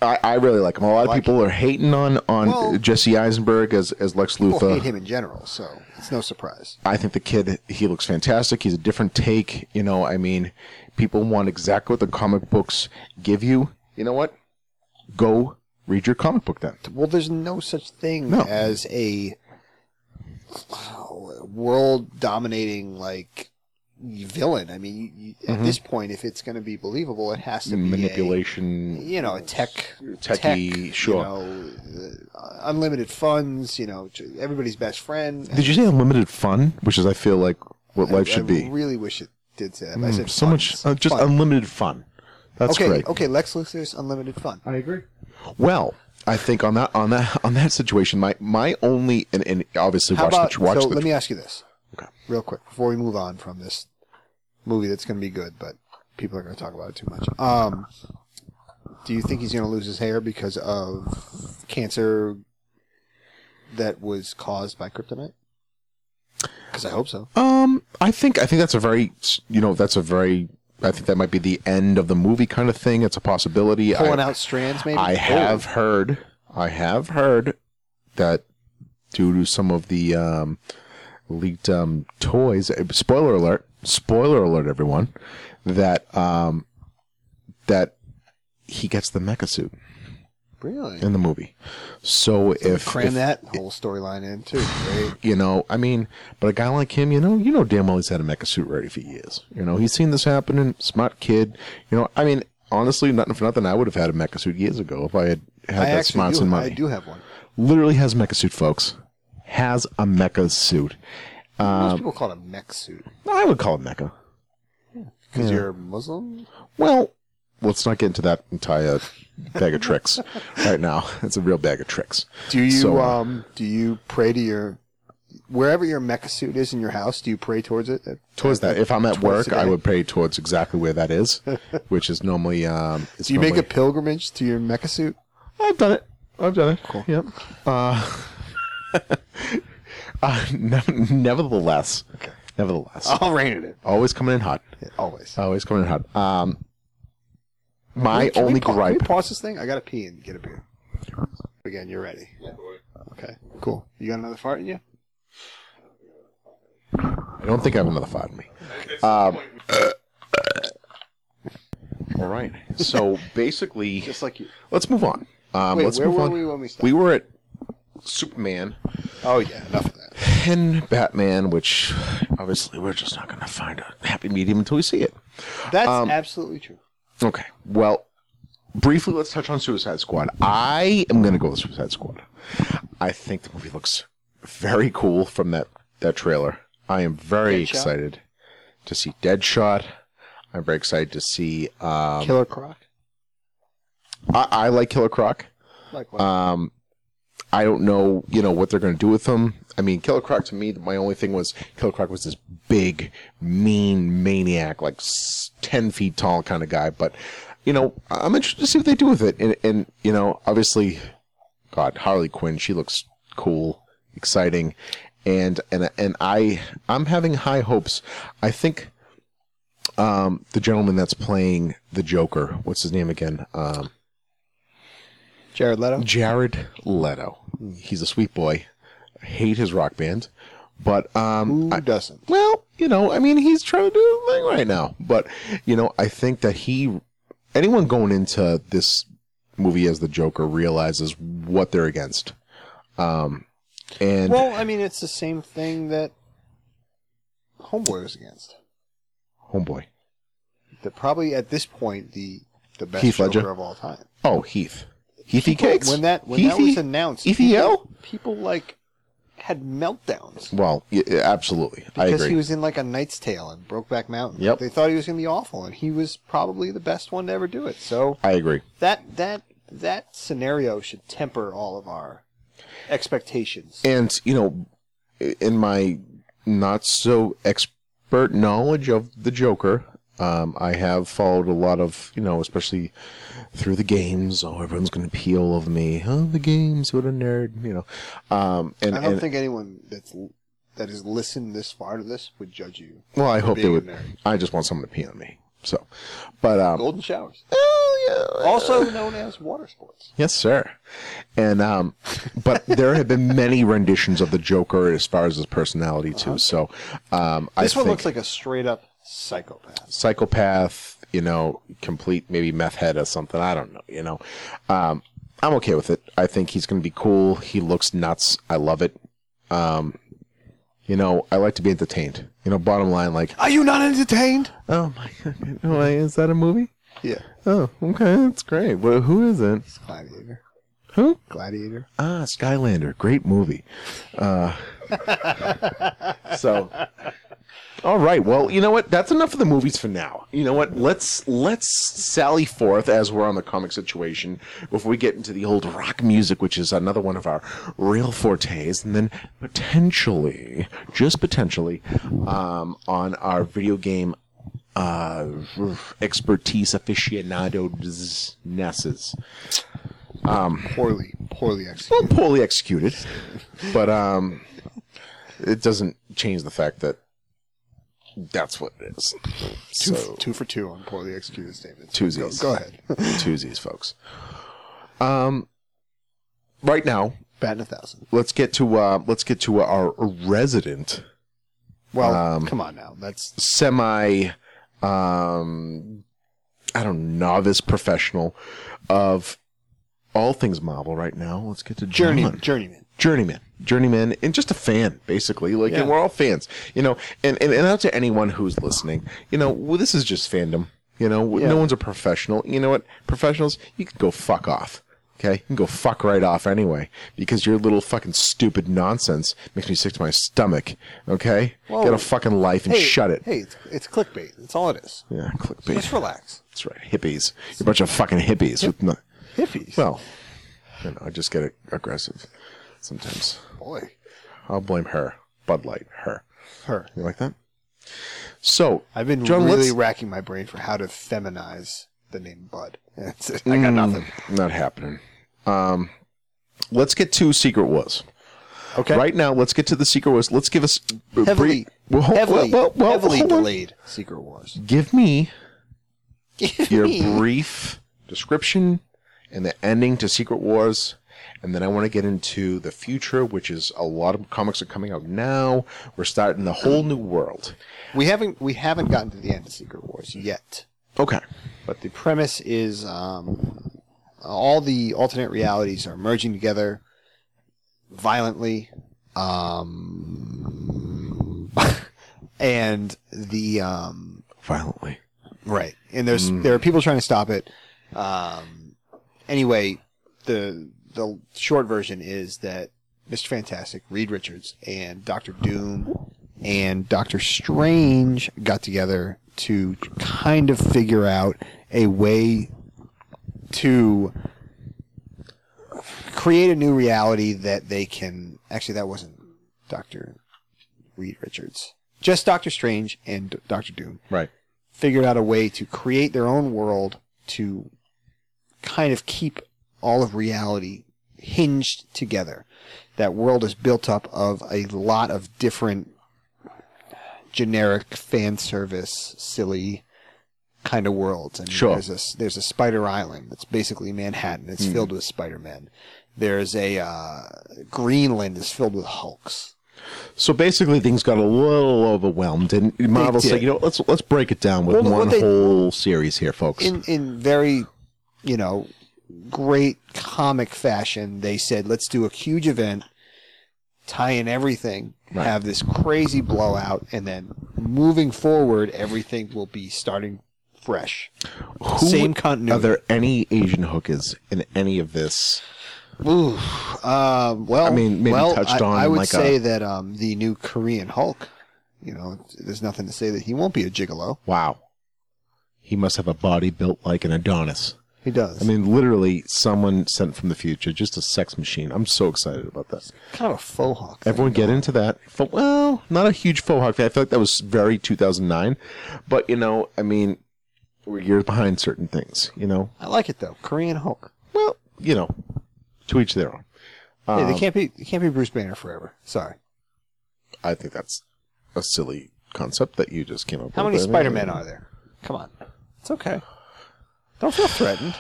I, I really like him. A lot of Like people are hating on on Well- Jesse Eisenberg as as Lex Luthor. People hate him in general, so it's no surprise. I think the kid he looks fantastic. He's a different take. You know, I mean, people want exactly what the comic books give you. You know what? Go read your comic book then. Well, there's no such thing No. as a world dominating like villain. I mean, you, you, Mm-hmm. at this point, if it's going to be believable, it has to be manipulation. Manipulation. you know, a tech, Techie, tech, sure. You know, uh, unlimited funds. You know, j- everybody's best friend. Did you say unlimited fun? Which is, I feel like, what life I- should I be. really wish it did say that. but I said so funds. much, uh, just Fun. unlimited fun. That's okay, great. okay. Lex Luthor's unlimited fun. I agree. Well, I think on that on that on that situation, my my only and, and obviously How watch about the watch so? the let me ask you this, Okay. real quick, before we move on from this movie that's going to be good, but people are going to talk about it too much. Um, do you think he's going to lose his hair because of cancer that was caused by kryptonite? Because I hope so. Um, I think I think that's a very you know that's a very I think that might be the end of the movie kind of thing. It's a possibility. I, Pulling out strands, maybe. I Oh, have heard I have heard that due to some of the um, leaked um, toys. eh, Spoiler alert! Spoiler alert, everyone! That um, that he gets the mecha suit really. in the movie. So if, Cram if- that whole storyline in too. Great. you know, I mean, but a guy like him, you know, you know damn well he's had a mecha suit ready for years. You know, he's seen this happening. Smart kid. You know, I mean, honestly, nothing for nothing. I would have had a mecha suit years ago if I had had I that actually smarts do. and I money. do have one. Literally has a mecha suit, folks. Has a mecha suit. Most Um, people call it a mech suit I would call it mecha. because you're Muslim. Well, let's not get into that entire bag of tricks right now. It's a real bag of tricks. Do you So, uh, um do you pray to your wherever your mecha suit is in your house? Do you pray towards it? Towards that, if I'm at work, the I day. would pray towards exactly where that is, which is normally. Um, it's Do you make normally- a pilgrimage to your mecha suit? I've done it. I've done it. Cool. Yep. Uh, uh, ne- nevertheless, nevertheless, I'll rein it in. always coming in Uh, hot. Always. Always coming in hot. Um, my Can we only pa- Can gripe. we pause this thing? I gotta pee and get a beer. Again, you're ready. Okay. Cool. You got another fart in you? I don't think I have another fart in me. Um, all right. So basically, Just like you. let's move on. Um, Wait, let's where move were on. we when we stopped? we were at Superman Oh yeah. Enough of that. and Batman, which obviously we're just not going to find a happy medium until we see it. That's Um, absolutely true. Okay. Well, briefly, let's touch on Suicide Squad. I am going to go with Suicide Squad. I think the movie looks very cool from that, that trailer. I am very Deadshot? excited to see Deadshot. I'm very excited to see. Um, Killer Croc. I, I like Killer Croc. Likewise. Um, I don't know, you know, what they're going to do with him. I mean, Killer Croc to me, my only thing was Killer Croc was this big, mean maniac, like s- ten feet tall kind of guy. But you know, I- I'm interested to see what they do with it. And, and you know, obviously, God, Harley Quinn, she looks cool, exciting, and and and I I'm having high hopes. I think. Um, the gentleman that's playing the Joker, what's his name again? Um, Jared Leto. Jared Leto. He's a sweet boy. I hate his rock band, but um, Who doesn't? well, you know, I mean, he's trying to do a thing right now. But you know, I think that he, anyone going into this movie as the Joker realizes what they're against. Um, and Well, I mean, it's the same thing that Homeboy was against. homeboy, The probably at this point the the best Heath Joker Ledger. of all time. oh Heath, E. Heathy cakes. When that when that Heathy- was announced, Heathy L? people, people like had meltdowns Well, y- y- absolutely, I because agree. he was in like a Knight's Tale and Brokeback Mountain. Yep. They thought he was going to be awful, and he was probably the best one to ever do it. So I agree. that that that scenario should temper all of our expectations. and you know in my not so expert knowledge of the joker um, i have followed a lot of you know especially through the games oh everyone's going to pee all over me oh the games what a nerd you know um, and, I don't and think anyone that's l- that has listened this far to this would judge you. well i hope they being a would nerd. i just want someone to pee on me so but um, Golden showers, oh, yeah, also known as water sports. Yes, sir. And um, but there have been many renditions of the Joker as far as his personality too. So um, I Uh-huh. This one think looks like a straight up psychopath. psychopath, you know, complete maybe meth head or something. I don't know, you know. Um, I'm okay with it. I think he's going to be cool. He looks nuts. I love it. Um, you know, I like to be entertained. You know, bottom line, like, Are you not entertained? oh my god, why is that a movie? Yeah. Oh, okay, that's great. Well, who is it? Gladiator. Who? Gladiator. Ah, Skylander, great movie. Uh, so, all right. Well, you know what? That's enough of the movies for now. You know what? Let's let's sally forth as we're on the comic situation before we get into the old rock music, which is another one of our real fortes, and then potentially, just potentially, um, on our video game uh, expertise aficionados nesses. Poorly, poorly Well, executed. poorly executed, but um, it doesn't change the fact that that's what it is. Two, So- two for two on poorly executed statements. Twosies. Go, go ahead. Tuesdays, folks. Um, right now, Batting a thousand. let's get to uh, let's get to our resident Well, Um, come on now. That's semi, um, I don't know, novice professional of all things Marvel. Right now, let's get to journey, John. journeyman. journeyman journeyman and just a fan basically like Yeah. and we're all fans you know and, and and out to anyone who's listening you know well, this is just fandom you know Yeah. no one's a professional you know what professionals you can go fuck off okay you can go fuck right off anyway because your little fucking stupid nonsense makes me sick to my stomach okay Well, get a fucking life and Hey, shut it Hey, it's, it's clickbait. That's all it is. yeah Just clickbait relax. that's right hippies you're a bunch of fucking hippies with no- Hippies. well you know i just get aggressive sometimes boy, I'll blame her. Bud Light, her. her. You like that? So I've been John, really let's- racking my brain for how to feminize the name Bud. That's it. Mm, I got nothing. not happening. Um, let's get to Secret Wars. Okay. Right now, let's get to the Secret Wars. Let's give us a Heavily, brief- Well, hold- heavily, well, well, heavily hold on. delayed Secret Wars. Give me your Me? brief description and the ending to Secret Wars. And then I want to get into the future, which is a lot of comics are coming out now. We're starting the whole new world. we haven't we haven't gotten to the end of Secret Wars yet. Okay. But the premise is um, all the alternate realities are merging together violently, um, and the um, Violently. right and there's there are people trying to stop it. Um, anyway, the the short version is that Mr. Fantastic, Reed Richards, and Doctor Doom and Doctor Strange got together to kind of figure out a way to create a new reality that they can actually that wasn't Doctor Reed Richards. Just Doctor Strange and D- Doctor Doom Right. figured out a way to create their own world to kind of keep all of reality hinged together. That world is built up of a lot of different generic fan service, silly kind of worlds. And Sure. there's a s- there's a Spider Island that's basically Manhattan. It's filled with Spider Men. There's a uh, Greenland is filled with Hulks. So basically, things got a little overwhelmed, and Marvel did. said, "You know, let's let's break it down with Well, what one they- whole series here, folks." in in very you know great comic fashion they said let's do a huge event tie in everything Right. have this crazy blowout and then moving forward everything will be starting fresh Who same are continuity there any Asian hookers in any of this? Ooh, uh, well I mean, maybe well, touched I, on I would like uh, say a- that um, the new korean hulk you know there's nothing to say that he won't be a gigolo Wow, he must have a body built like an Adonis. he does I mean, literally, someone sent from the future, just a sex machine. I'm so excited about that. kind of a faux hawk thing. Everyone get into that. Fo- Well, not a huge faux hawk. fan. I feel like that was very 2009, but you know, I mean, we're years behind certain things. You know, i like it though korean hulk well, you know, to each their own. Um, Hey, they can't be they can't be Um, bruce banner forever sorry I think that's a silly concept that you just came up How with. many I mean, Spider Men are there? Come on, it's okay. Don't feel threatened.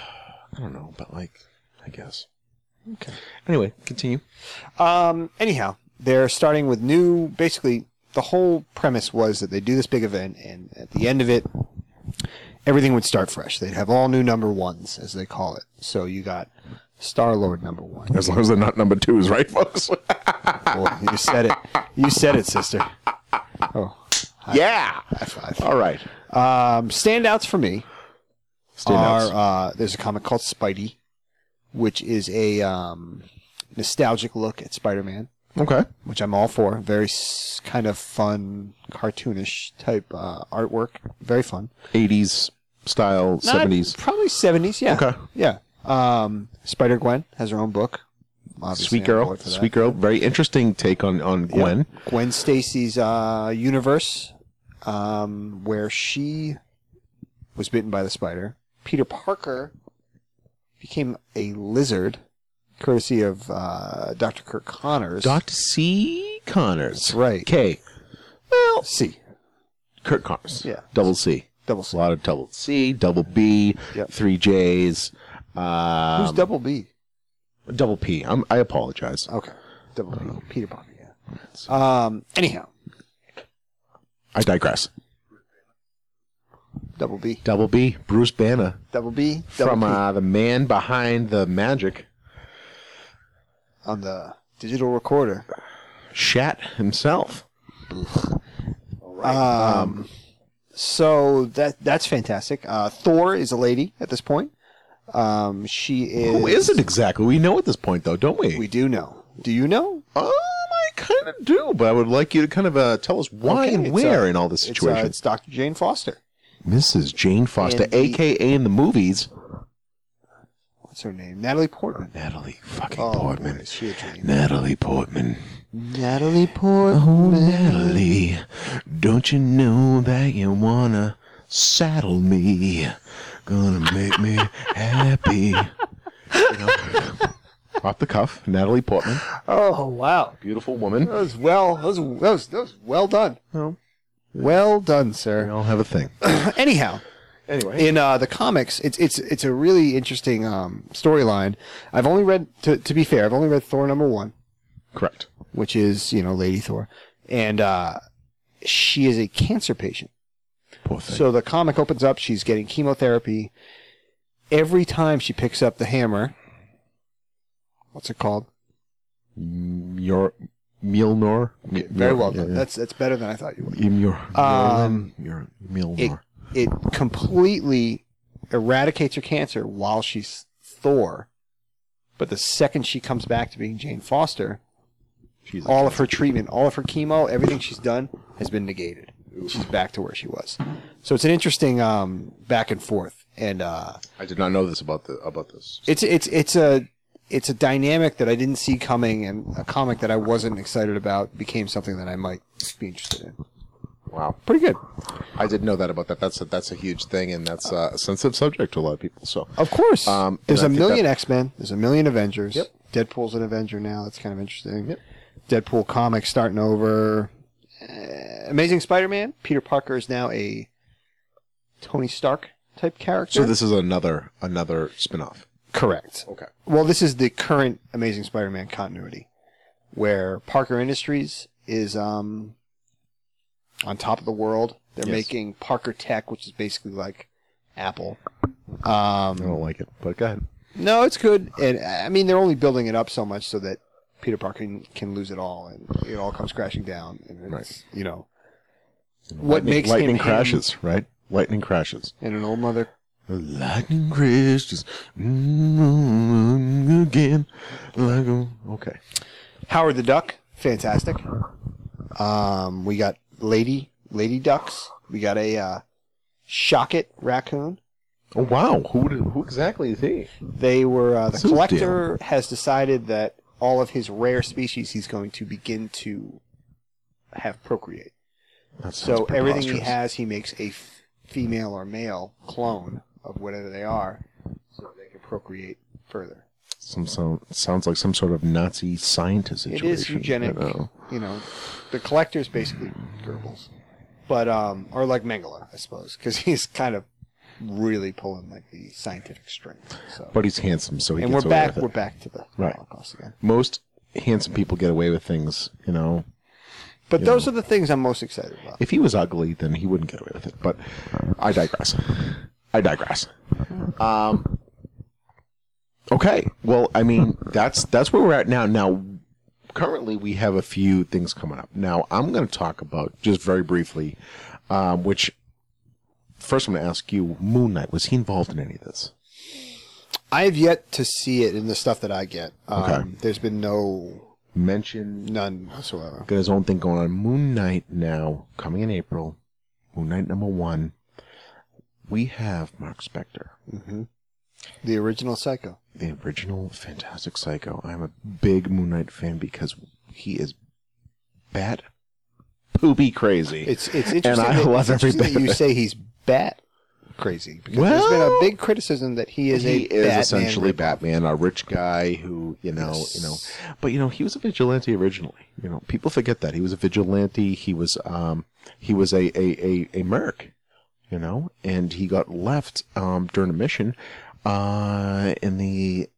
I don't know, but like, I guess. Okay. Anyway, continue. Um. Anyhow, they're starting with new. Basically, the whole premise was that they do this big event, and at the end of it, everything would start fresh. They'd have all new number ones, as they call it. So you got Star Lord number one. As long as they're not number twos, right, folks? Well, you said it. You said it, sister. Oh, yeah. high five. All right. Um, standouts for me. Standouts. are uh, there's a comic called Spidey, which is a um, nostalgic look at Spider-Man, okay. which I'm all for. Very s- kind of fun, cartoonish type uh, artwork. Very fun. 80s style, 70s. Not- probably 70s. Yeah. Okay. Yeah. Um, Spider Gwen has her own book. Obviously, Sweet I'm girl. bored for that. Sweet girl. Very interesting take on, on Yeah. Gwen. Gwen Stacy's uh, universe, um, where she was bitten by the spider. Peter Parker became a lizard, courtesy of uh, Dr. Kirk Connors. Dr. C. Connors. That's right. K. Well, C. Kurt Connors. Yeah. Double C. Double A C. lot of double C, double B, Yep. three J's. Um, Who's double B? double P? I'm, I apologize. Okay. Double B. Oh. Peter Parker, yeah. Um, anyhow, I digress. double B. Double B, Bruce Banner Double B. Double from P uh, the man behind the magic, on the digital recorder. Shat himself. Um, so that that's fantastic. Uh, Thor is a lady at this point. Um, she is. Who is it exactly? We know at this point, though, don't we? We do know. Do you know? um, I kind of do, but I would like you to kind of uh, tell us why Okay, and it's, where uh, in all this It's, uh, situation. it's Dr. Jane Foster. Mrs. Jane Foster, in the- aka in the movies, What's her name? Natalie Portman. Natalie fucking Oh, boy, Portman. is she a dream. Natalie Portman. Natalie Portman. Oh, Natalie, don't you know that you wanna saddle me? Gonna make me happy. You know? Off the cuff, Natalie Portman, Oh wow, beautiful woman. that was well. That was that was, that was well done. Well, Well done, we sir. all have a thing. Anyhow, Anyway, in uh, the comics, it's it's it's a really interesting um, storyline. I've only read to to be fair, I've only read Thor number one. correct. which is you know Lady Thor, and uh, she is a cancer patient. Poor thing. So the comic opens up; she's getting chemotherapy. Every time she picks up the hammer, what's it called? Your Milnor. Very well Yeah, done. yeah. That's that's better than I thought you would. Ymir. Um, Ymir- It Mjolnir. it completely eradicates her cancer while she's Thor, but the second she comes back to being Jane Foster, She's a- all of her treatment, all of her chemo, everything she's done has been negated. She's back to where she was. So it's an interesting um, back and forth, and uh, I did not know this about the about this. it's it's it's a it's a dynamic that I didn't see coming, and a comic that I wasn't excited about became something that I might be interested in. Wow. Pretty good, I didn't know that about that. That's a, that's a huge thing, and that's uh, a sensitive subject to a lot of people. So of course. Um, and there's I a think million X Men. There's a million Avengers. Yep. Deadpool's an Avenger now. That's kind of interesting. Yep. Deadpool comics starting over. Uh, Amazing Spider-Man. Peter Parker is now a Tony Stark type character. So this is another another spin-off. Correct. Okay. Well, this is the current Amazing Spider-Man continuity, where Parker Industries is um, on top of the world. They're Yes. making Parker Tech, which is basically like Apple. I Um, don't like it, but go ahead. no, it's good, and I mean they're only building it up so much so that Peter Parker can, can lose it all, and it all comes crashing down. And it's, You know, what lightning, makes lightning him him crashes, right? Lightning crashes. and an old mother Lightning crashes mm, again. Like a- okay. Howard the Duck, fantastic. Um, we got Lady Lady Ducks. We got a uh, Shocket raccoon. Oh wow, who would, who exactly is he? They were uh, the Who's collector has decided that all of his rare species he's going to begin to have procreate. That So sounds everything he preposterous. has, he makes a f- female or male clone of whatever they are, so that they can procreate further. some sound, sounds like some sort of Nazi scientist It situation. is eugenic. I know. You know, the collector's basically Goebbels, but um, or like Mengele, I suppose, because he's kind of really pulling like the scientific string. So, But he's handsome, so he and we're gets away back. with it. We're back to the Right. Holocaust again. Most handsome people get away with things, you know. But those are the things I'm most excited about. If he was ugly, then he wouldn't get away with it. But I digress. I digress. Um, okay. Well, I mean, that's that's where we're at now. Now, currently, we have a few things coming up. Now, I'm going to talk about just very briefly, um, which first I'm going to ask you, Moon Knight. Was he involved in any of this? I have yet to see it in the stuff that I get. Um, Okay. There's been no Mention none whatsoever. got his own thing going on. Moon Knight now coming in April. Moon Knight number one. We have Mark Spector. The original Psycho. the original Fantastic Psycho. I'm a big Moon Knight fan because he is bat poopy crazy. It's it's interesting. I that, love it's interesting every bit that you of it. say he's bat crazy because there's been a Well, big criticism that he is he a is Batman essentially ripoff. Batman, a rich guy who you know, you know, Yes. but you know, he was a vigilante originally. You know, people forget that he was a vigilante. He was, um, he was a a a, a merc, you know, and he got left um during a mission, uh, in the.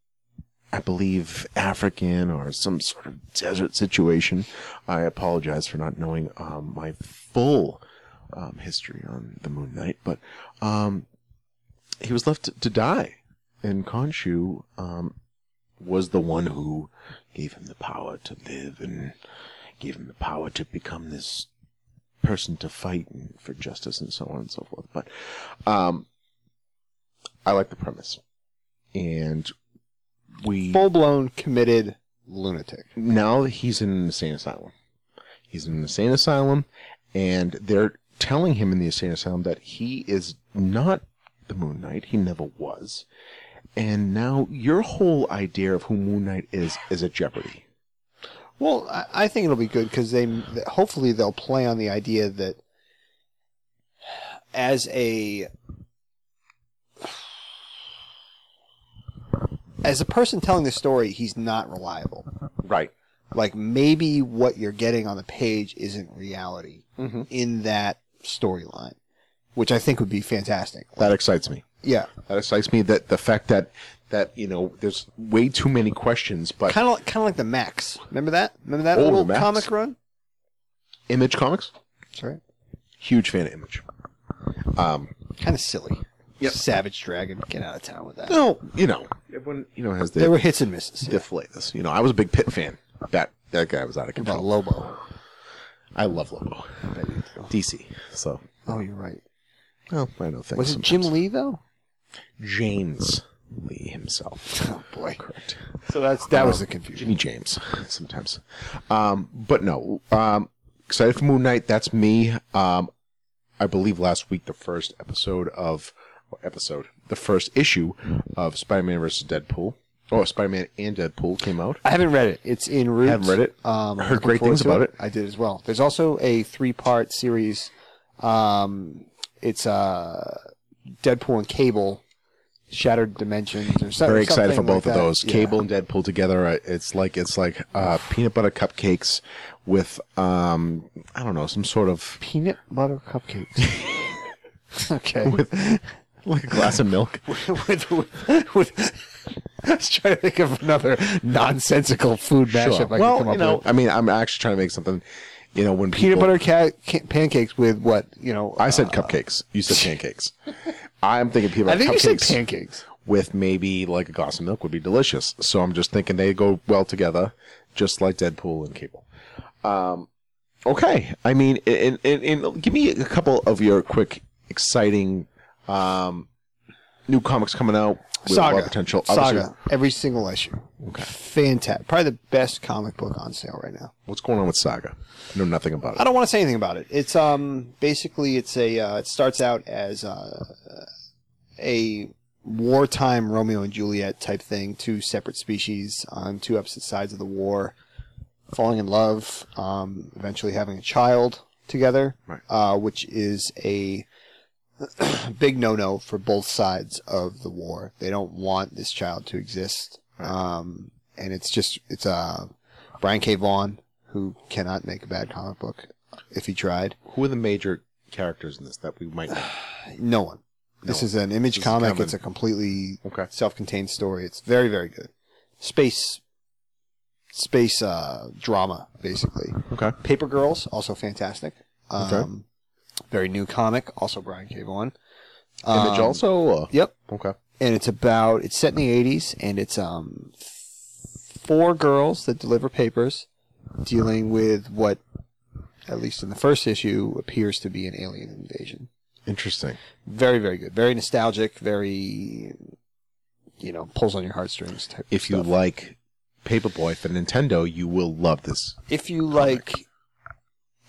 I believe African or some sort of desert situation. I apologize for not knowing um, my full um, history on the Moon Knight, but um, he was left to, to die, and Khonshu um, was the one who gave him the power to live and gave him the power to become this person to fight and for justice and so on and so forth. But um, I like the premise, and we full blown committed lunatic. now he's in an insane asylum. He's in an insane asylum, and they're telling him in the insane asylum that he is not the Moon Knight. He never was. And now your whole idea of who Moon Knight is is at jeopardy. Well, I, I think it'll be good because they th- hopefully they'll play on the idea that as a as a person telling the story, he's not reliable. Right. Like maybe what you're getting on the page isn't reality Mm-hmm. in that storyline, which I think would be fantastic. That excites me. Yeah, That excites me that the fact that that you know there's way too many questions, but kind of kind of like the Max. Remember that? Remember that Oh, little Max. comic run? Image Comics, Sorry. huge fan of Image. Um, Kind of silly. Yep. Savage Dragon, get out of town with that. no, you know, everyone you know has their There were hits and misses. yeah. this. You know, I was a big Pit fan. That that guy was out of About control. Lobo. I love Lobo. DC. So, Oh, you're right. well, I know things. Was it sometimes. Jim Lee though? James Lee himself? Oh boy. Correct. So that's that was Um, the confusion. Jimmy James sometimes. Um, but no, um, excited for Moon Knight. That's me. Um, I believe last week the first episode of or episode the first issue of Spider-Man versus Deadpool. Oh, Spider-Man and Deadpool came out. I haven't read it. It's in route. Haven't read it. Um, Heard looking great forward things to about it. I did as well. There's also a three-part series. Um, it's uh, Deadpool and Cable, Shattered Dimensions, or so- something. Very excited for both of like that. those. Yeah. Cable and Deadpool together. uh, It's like it's like uh, peanut butter cupcakes with um I don't know some sort of peanut butter cupcakes. okay. like a glass of milk. with, with, with I was trying to think of another nonsensical food mashup I well, could come you up know, with. I mean, I'm actually trying to make something. You know, when Peanut people- butter ca- ca- pancakes with what? You know, uh, I said cupcakes. You said pancakes. I'm thinking peanut I butter think you cupcakes said pancakes. with maybe like a glass of milk would be delicious. So I'm just thinking they go well together, just like Deadpool and Cable. Um, okay, I mean, and, and, and give me a couple of your quick, exciting um, new comics coming out. With a lot of Saga potential. Obviously, Saga. Every single issue. Okay. Fantastic. Probably the best comic book on sale right now. What's going on with Saga? I know nothing about it. I don't want to say anything about it. It's um basically it's a uh, it starts out as uh, a wartime Romeo and Juliet type thing, two separate species on two opposite sides of the war, falling in love, um, eventually having a child together, Right. uh, which is a big no-no for both sides of the war. They don't want this child to exist, um, and it's just it's uh, Brian K. Vaughan who cannot make a bad comic book if he tried. Who are the major characters in this that we might know? No one. This No. is an image This is comic. common. It's a completely Okay. self-contained story. It's very, very good. Space, space uh, drama, basically. Okay. Paper Girls, also fantastic. Um, Okay. Very new comic, also Brian K. Vaughan. Image Um, also? Or? Yep. Okay. And it's about, it's set in the 80s, and it's um, four girls that deliver papers dealing with what, at least in the first issue, appears to be an alien invasion. Interesting. Very, very good. Very nostalgic. Very, you know, pulls on your heartstrings type. If you stuff. like Paperboy for Nintendo, you will love this. if you like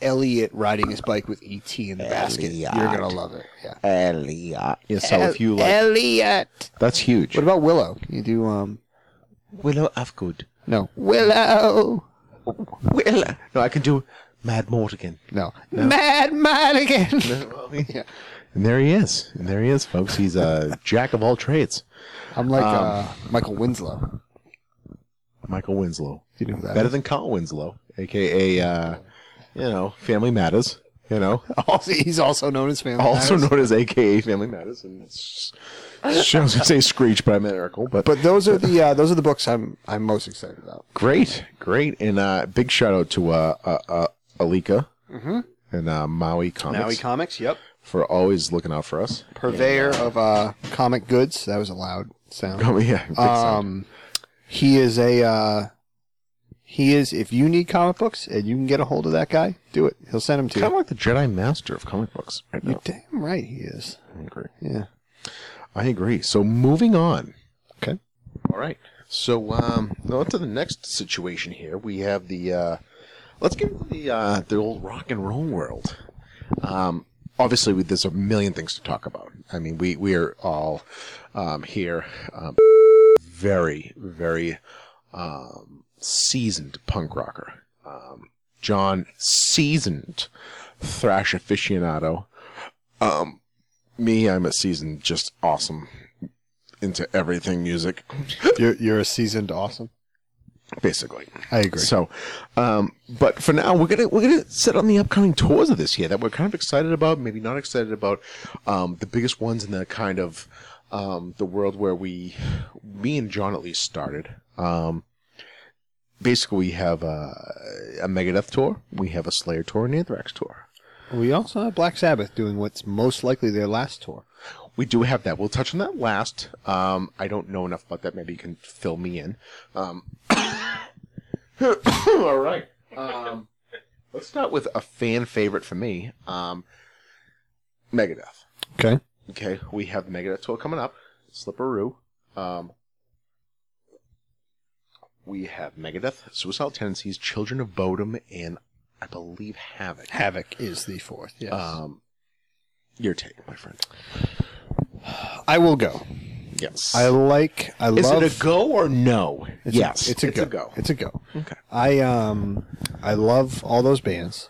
Elliot riding his bike with ET in the basket, you're Elliot. gonna love it. Yeah. Uh, Elliot. Yeah, so if you like, Elliot. that's huge. What about Willow? Can you do um? Willow Afgood. No, Willow. Willow. No, I can do Mad Mortigan. No, Mad Madigan. yeah. And there he is. And there he is, folks. He's a jack of all trades. I'm like Um, uh, Michael Winslow. Michael Winslow. You know who that? Better is? than Colin Winslow, aka uh, you know, Family Matters. You know, also, He's also known as Family. also Matters. known as AKA Family Matters, and it's, it's- I was gonna say Screech, but I meant Urkel. But, But those are the uh, those are the books I'm I'm most excited about. great, great, and uh, big shout out to uh, uh, uh, Alika Mm-hmm. and uh, Maui Comics Comics. Yep. for always looking out for us. Purveyor of uh, comic goods. That was a loud sound. Oh, yeah, big sound. Um, he is a uh, he is. If you need comic books and you can get a hold of that guy, do it. He'll send them to kind of you. like the Jedi Master of comic books. Right You're now. damn right he is. I agree. Yeah. I agree. So moving on. Okay. All right. So um, on to the next situation here. We have the uh, let's get into the uh, the old rock and roll world. Um, obviously, we, there's a million things to talk about. I mean, we we are all um, here, um, very very um, seasoned punk rocker. Um, John, seasoned thrash aficionado. Um, me, I'm a seasoned, just awesome into everything music, You're you're a seasoned awesome. basically. I agree. So, um, but for now, we're gonna we're gonna set on the upcoming tours of this year that we're kind of excited about, maybe not excited about. Um, the biggest ones in the kind of um, the world where we, me and John at least started. Um, basically, we have a, a Megadeth tour, we have a Slayer tour, and Anthrax tour. We also have Black Sabbath doing what's most likely their last tour. We do have that. We'll touch on that last. Um, I don't know enough about that. Maybe you can fill me in. Um, all right. Um, let's start with a fan favorite for me, um, Megadeth. Okay. Okay, we have the Megadeth tour coming up. Slipperoo. Um, we have Megadeth, Suicidal Tendencies, Children of Bodom, and I believe Havoc. Havoc is the fourth. Yes. Um, your take, my friend. I will go. Yes. I like. I Is love. it a go or no? It's yes, a, it's, a, go. It's a go. Okay. I um, I love all those bands.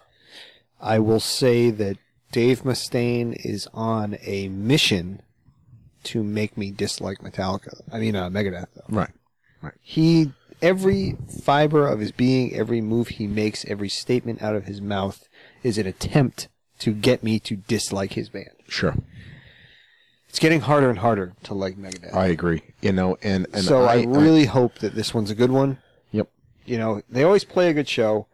I will say that Dave Mustaine is on a mission to make me dislike Metallica. I mean, uh, Megadeth. Though. Right. He every fiber of his being, every move he makes, every statement out of his mouth is an attempt to get me to dislike his band. Sure. It's getting harder and harder to like Megadeth. I agree. You know, and and so I, really hope that this one's a good one. Yep. You know, they always play a good show,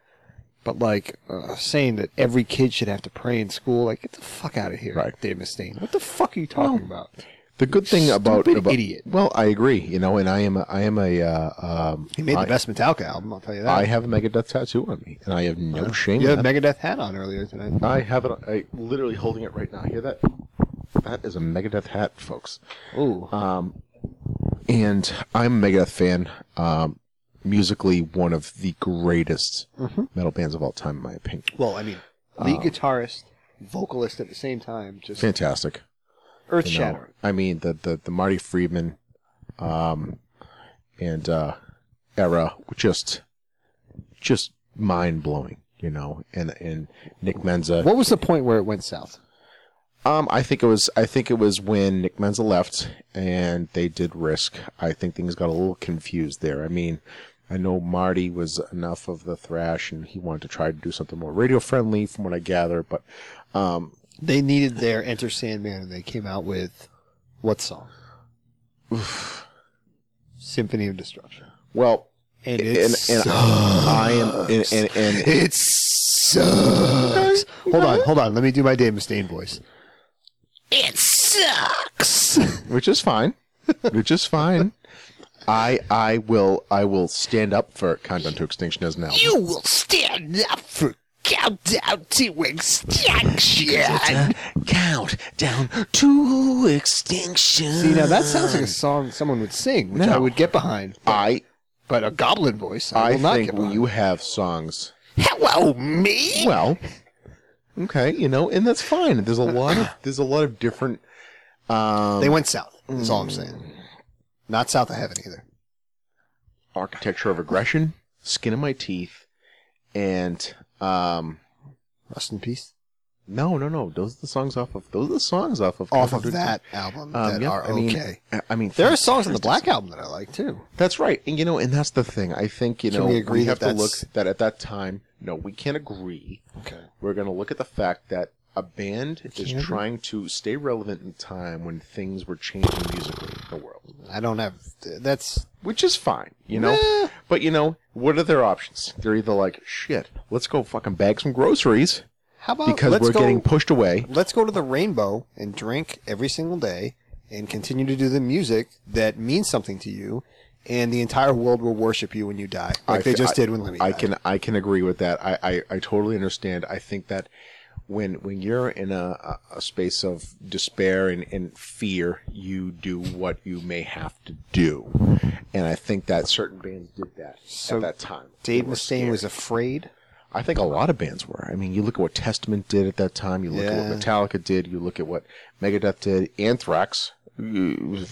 but like uh, saying that every kid should have to pray in school, like get the fuck out of here, Right. Dave Mustaine. What the fuck are you talking about? the good thing about, Stupid about- idiot. Well, I agree. You know, and I am a, I am a uh, um, He made I, the best Metallica album, I'll tell you that. I have a Megadeth tattoo on me, and I have no shame. you in had a that. Megadeth hat on earlier tonight. I have it. on- I literally holding it right now. Hear that? That is a Megadeth hat, folks. Ooh, Um, and I'm a Megadeth fan. Um, musically, one of the greatest Mm-hmm. metal bands of all time, in my opinion. well, I mean, uh, lead guitarist, vocalist at the same time, just Fantastic. earth you know. shattering. I mean the the, the Marty Friedman um and uh era were just just mind blowing, you know, and and Nick Menza. What was the point where it went south? Um I think it was I think it was when Nick Menza left and they did risk. I think things got a little confused there. I mean I know Marty was enough of the thrash and he wanted to try to do something more radio friendly from what I gather, but um They needed their Enter Sandman, and they came out with what song? Symphony of Destruction. well And and, it's and I am and, and, and It sucks. Hold on, hold on. Let me do my Dave Mustaine voice. It sucks. which is fine, which is fine. I I will I will stand up for Countdown to Extinction as now. You will stand up for countdown to extinction. Countdown to Extinction. See, now that sounds like a song someone would sing, which I No. would get behind. I But a goblin voice, I, I will not think get when behind. you have songs, Hello, me. well, okay, you know, and that's fine. There's a lot of there's a lot of different. Um, They went south. That's all I'm saying. Not south of heaven either. architecture of aggression, skin in my teeth, and um, Rest in peace. No, no, no. Those are the songs off of those are the songs off of off of that album Um, that yeah, are I mean, okay. I- I mean, There are songs on the Black album that I like too. That's right, and you know, and that's the thing. I think you Can know we agree have to that look that's- that at that time. No, we can't agree. Okay. We're going to look at the fact that a band is agree. trying to stay relevant in time when things were changing musically in the world, I don't have. That's which is fine, you know. Nah. But you know, what are their options? They're either like, shit, let's go fucking bag some groceries how about because let's we're go, getting pushed away. Let's go to the Rainbow and drink every single day, and continue to do the music that means something to you, and the entire world will worship you when you die, I like they ca- just I- did when Lemmy. I died. can I can agree with that. I, I, I totally understand. I think that when when you're in a, a a space of despair and, and fear, you do what you may have to do. And I think that certain bands did that So, at that time. Dave They were Mustaine scared. was afraid. I think a lot of bands were. I mean, you look at what Testament did at that time. You look at Yeah. what Metallica did. You look at what Megadeth did. Anthrax. uh,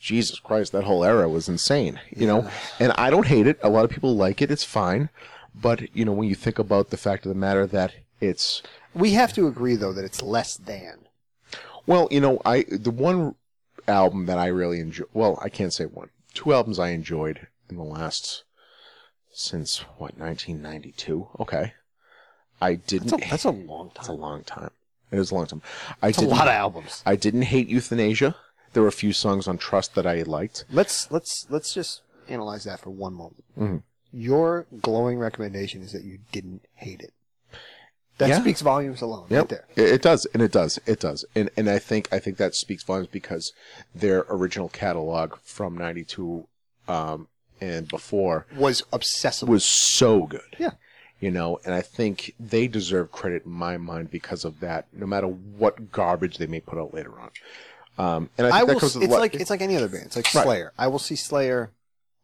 Jesus Christ, that whole era was insane. You know, and I don't hate it. A lot of people like it. It's fine. But you know, when you think about the fact of the matter that it's We have to agree though that it's less than. well, you know, I the one album that I really enjoy. Well, I can't say one. Two albums I enjoyed in the last since what 1992. Okay, I didn't. That's a, that's a long It's a time. long time. It is a long time. I It's a didn't, lot of albums. I didn't hate Euthanasia. There were a few songs on Trust that I liked. Let's let's let's just analyze that for one moment. Mhm. Your glowing recommendation is that you didn't hate it. That Yeah. speaks volumes alone, right there. It, it does, and it does, it does, and and I think I think that speaks volumes because their original catalog from '92 um, and before Was obsessive. was so good. Yeah. You know, and I think they deserve credit in my mind because of that. No matter what garbage they may put out later on, um, and I think I that will. comes It's with a lot- like it's like any other band. It's like Right. Slayer. I will see Slayer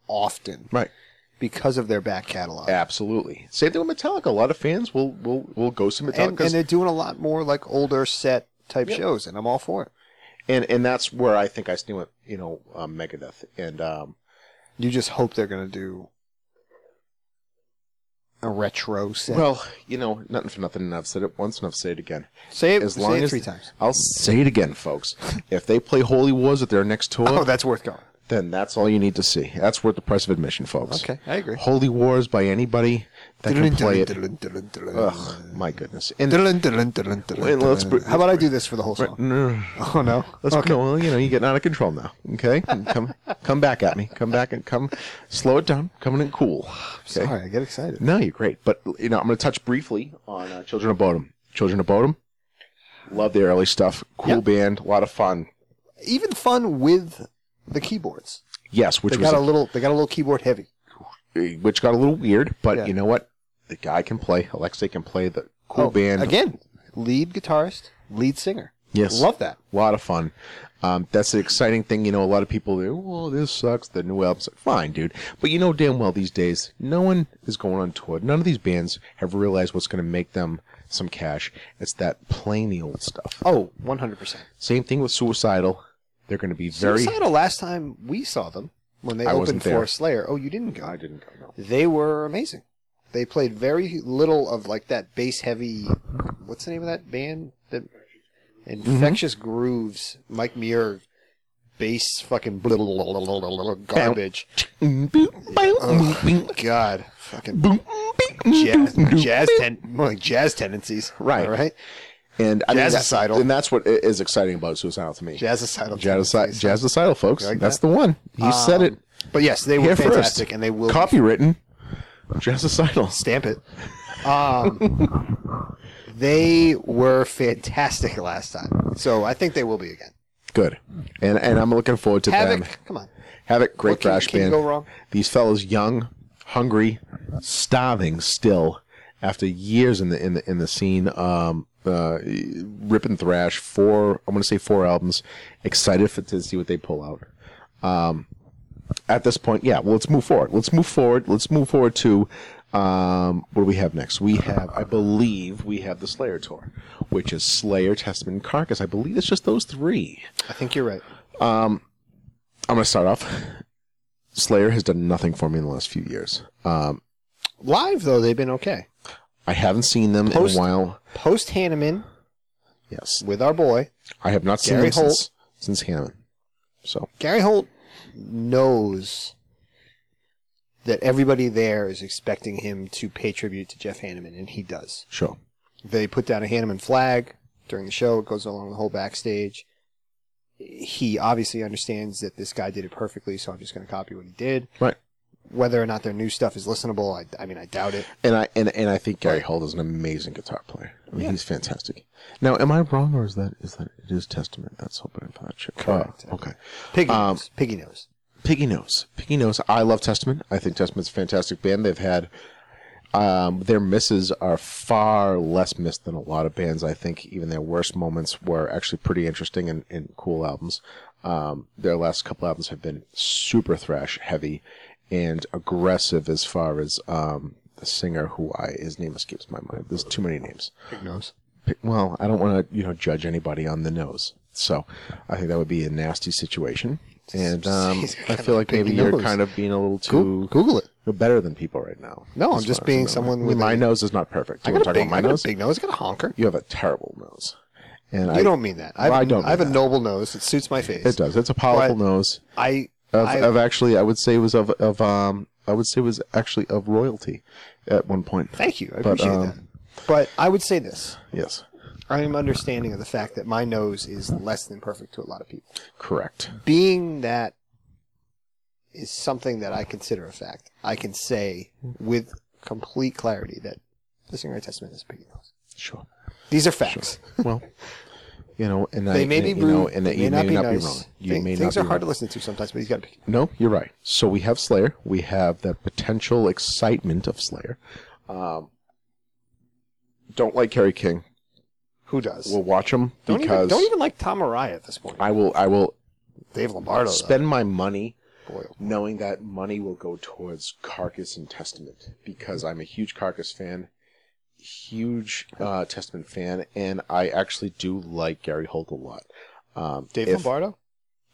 often right. because of their back catalog. Absolutely. Same thing with Metallica. A lot of fans will will, will go see And, and Metallica, they're doing a lot more like older set type shows, and I'm all for it. and, and that's where I think I stand with you know um, Megadeth and um, You just hope they're gonna do a retro set. well you know nothing for nothing and I've said it once and I've said it again. say it, As say long it as three times. I'll say it again, folks. if they play Holy Wars at their next tour, Oh, that's worth going. then that's all you need to see. That's worth the price of admission, folks. Okay, I agree. Holy Wars by anybody that can play it. Ugh. Ugh, my goodness. And And let's br- How about I do this for the whole song? no, Oh no. Let's no, well, you know, you're getting out of control now. Okay, come, come back at me. Come back and come, slow it down. Coming in cool. Okay. Sorry, I get excited. No, you're great. But you know, I'm going to touch briefly on uh, Children of Bodom. Children of Bodom. Love their early stuff. Cool Yeah. band. A lot of fun. Even fun with the keyboards. Yes, which They was got a little. They got a little keyboard heavy. which got a little weird, but Yeah. you know what? The guy can play. Alexei can play. The cool Oh, band. again. Lead guitarist, lead singer. Yes. love that. A lot of fun. Um, that's the exciting thing. You know, a lot of people, they, oh, this sucks. The new album's fine, dude. But you know damn well these days, no one is going on tour. None of these bands have realized what's going to make them some cash. It's that plain the old stuff. Oh, 100 percent. Same thing with Suicidal. They're going to be very. Suicidal last time we saw them when they I opened wasn't there. for Slayer. Oh, you didn't go. I didn't go. No. They were amazing. They played very little of like that bass heavy. What's the name of that band? That infectious Mm-hmm. grooves. Mike Muir, bass fucking blah, blah, blah, blah, blah, blah, garbage. God, fucking jazz, jazz, ten, more like jazz tendencies. Right. All right. And I mean, that's, Jazzicidal. and that's what i- is exciting about Suicidal to me. Jazzicidal. Jazzicidal, tendencies. Jazzicidal folks. You like that's that? Um, the one. He said it. But yes, they were Here first. fantastic, and they will be Copywritten. Jazzicidal. stamp it. Um, they were fantastic last time, so I think they will be again. Good, and and I'm looking forward to Havoc, them. come on, Havoc, great What can- thrash can band. go wrong? These fellows, young, hungry, starving still after years in the in the in the scene. Um, uh, rip and thrash. Four, I'm gonna say four albums. Excited for to see what they pull out. Um, at this point, yeah. Well, let's move forward. Let's move forward. Let's move forward to. Um, what do we have next? We have, I believe, we have the Slayer tour, which is Slayer, Testament, and Carcass. I believe it's just those three. I think you're right. I'm gonna start off. Slayer has done nothing for me in the last few years. Um, Live though, they've been okay. I haven't seen them Post- in a while. Post Hanneman Yes, with our boy I have not seen Gary them since since Hammond. So Gary Holt knows that everybody there is expecting him to pay tribute to Jeff Hanneman, and he does. sure. They put down a Hanneman flag during the show. It goes along the whole backstage. He obviously understands that this guy did it perfectly, so I'm just going to copy what he did. Right. Whether or not their new stuff is listenable, I, I mean, I doubt it. And I and, and I think Gary Holt is an amazing guitar player. I mean, Yeah. he's fantastic. Now, am I wrong, or is that is that it is Testament? That's hoping for that shit. Correct. Oh, okay. Piggy Um, knows. Piggy knows. Piggy Nose. Piggy Nose. I love Testament. I think Testament's a fantastic band. They've had um, their misses are far less missed than a lot of bands. I think even their worst moments were actually pretty interesting and, and cool albums. Um, their last couple albums have been super thrash heavy and aggressive as far as um, the singer who I his name escapes my mind. There's too many names Pig knows. pick- well, I don't want to, you know, judge anybody on the nose. So I think that would be a nasty situation. And um, Jeez, I kind feel of like maybe picking you're nose. kind of being a little too Google, Google it. you're better than people right now. No, I'm As just far as being I'm- someone I mean, with my a- nose is not perfect. I You got, want a to talk big, about my I got nose? a big nose. I got a honker. You have a terrible nose, and You I, don't mean that. I, have, Well, I don't I have a mean that. noble nose. It suits my face. It does. It's a powerful But- nose. I, Of, I- of actually, I would say was of of um. I would say was actually of royalty, at one point. thank you. I But, appreciate um, that. But I would say this. Yes, I am understanding of the fact that my nose is less than perfect to a lot of people. correct. Being that is something that I consider a fact. I can say with complete clarity that the Singer Testament is piggy nose. Sure. These are facts. well, you know, and They I, may and, be you rude. know, and they you may not be be nice. wrong. You Thing- may things not are be hard to wrong. listen to sometimes, but he's got a piggy No, you're right. So we have Slayer. We have the potential excitement of Slayer. Um, don't like Kerry King. Who does? We'll watch him don't, even, because don't even like Tom Mariah at this point. I will. I will Dave Lombardo. spend my money though. Boy, knowing that money will go towards Carcass and Testament because I'm a huge Carcass fan, huge uh, Testament fan, and I actually do like Gary Holt a lot. Um, Dave if- Lombardo?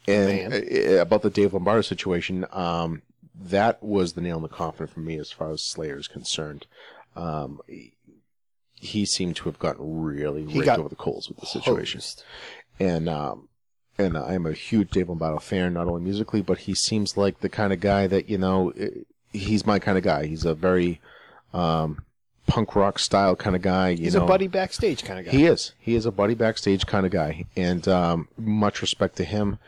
And Man. uh, uh, about the Dave Lombardo situation, um, that was the nail in the coffin for me as far as Slayer is concerned. Um, he seemed to have gotten really He raked got over the coals with the situation, Hosed. and um, and I'm a huge Dave Lombardo fan, not only musically, but he seems like the kind of guy that you know, i- he's my kind of guy. He's a very um, punk rock style kind of guy. You He's know, a buddy backstage kind of guy. he is. He is a buddy backstage kind of guy, and um, much respect to him.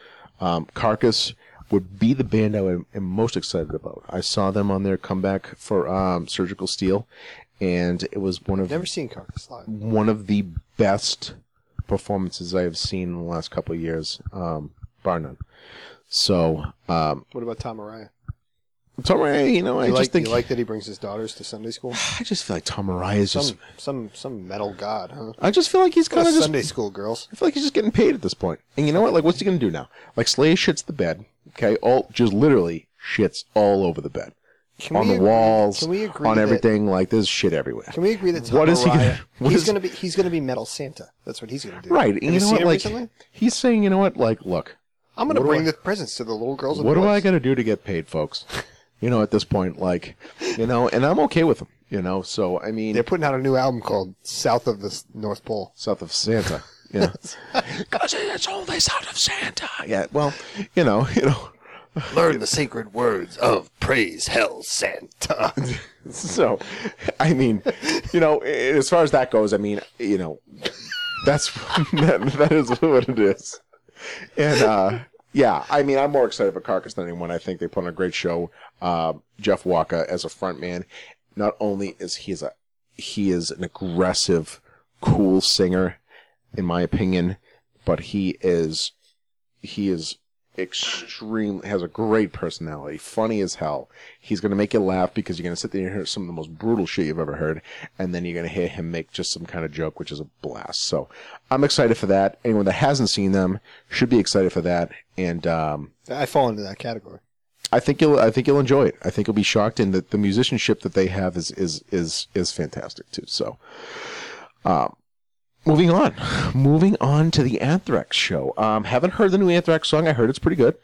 Um, Carcass would be the band I would- am most excited about. I saw them on their comeback for um, Surgical Steel, and it was one of Never seen Carcass live. one of the best performances I have seen in the last couple of years, um, bar none. So, um, What about Tom Mariah? Tom Araya, you know, I You just like, think you like that he brings his daughters to Sunday school? I just feel like Tom Araya is just. Some some some metal god, huh? I just feel like he's kind of just Sunday school girls. I feel like he's just getting paid at this point. And you know what? Like, what's he gonna do now? Like, Slay shits the bed. Okay, all just literally shits all over the bed, Can on we the agree- walls, Can we agree? on that- everything. Like, there's shit everywhere. Can we agree that Tom What is he gonna- Araya- what he's is- gonna be? He's gonna be metal Santa. That's what he's gonna do. Right? And Have you know seen what? him Like, recently? he's saying, you know what? Like, look, I'm gonna what do bring I- the presents to the little girls. And what do I boys. gotta do to get paid, folks? You know, at this point, like, you know, and I'm okay with him. You know, so I mean, They're putting out a new album called South of the S- North Pole. south of Santa. Yeah, because it's only south of Santa. Yeah. Well, you know, you know. Learn the sacred words of praise hell Santa. So, I mean, you know, i- as far as that goes, I mean, you know, that's that, that is what it is. And uh, yeah, I mean, I'm more excited for Carcass than anyone. I think they put on a great show. Uh, Jeff Walker as a front man, not only is he is a he is an aggressive, cool singer, in my opinion, but he is he is extreme has a great personality funny as hell he's going to make you laugh because you're going to sit there and hear some of the most brutal shit you've ever heard and then you're going to hear him make just some kind of joke which is a blast so i'm excited for that anyone that hasn't seen them should be excited for that and um, I fall into that category. i think you'll i think you'll enjoy it i think you'll be shocked and the, the musicianship that they have is is is is fantastic too so um, moving on moving on to the anthrax show um, haven't heard the new anthrax song i heard it's pretty good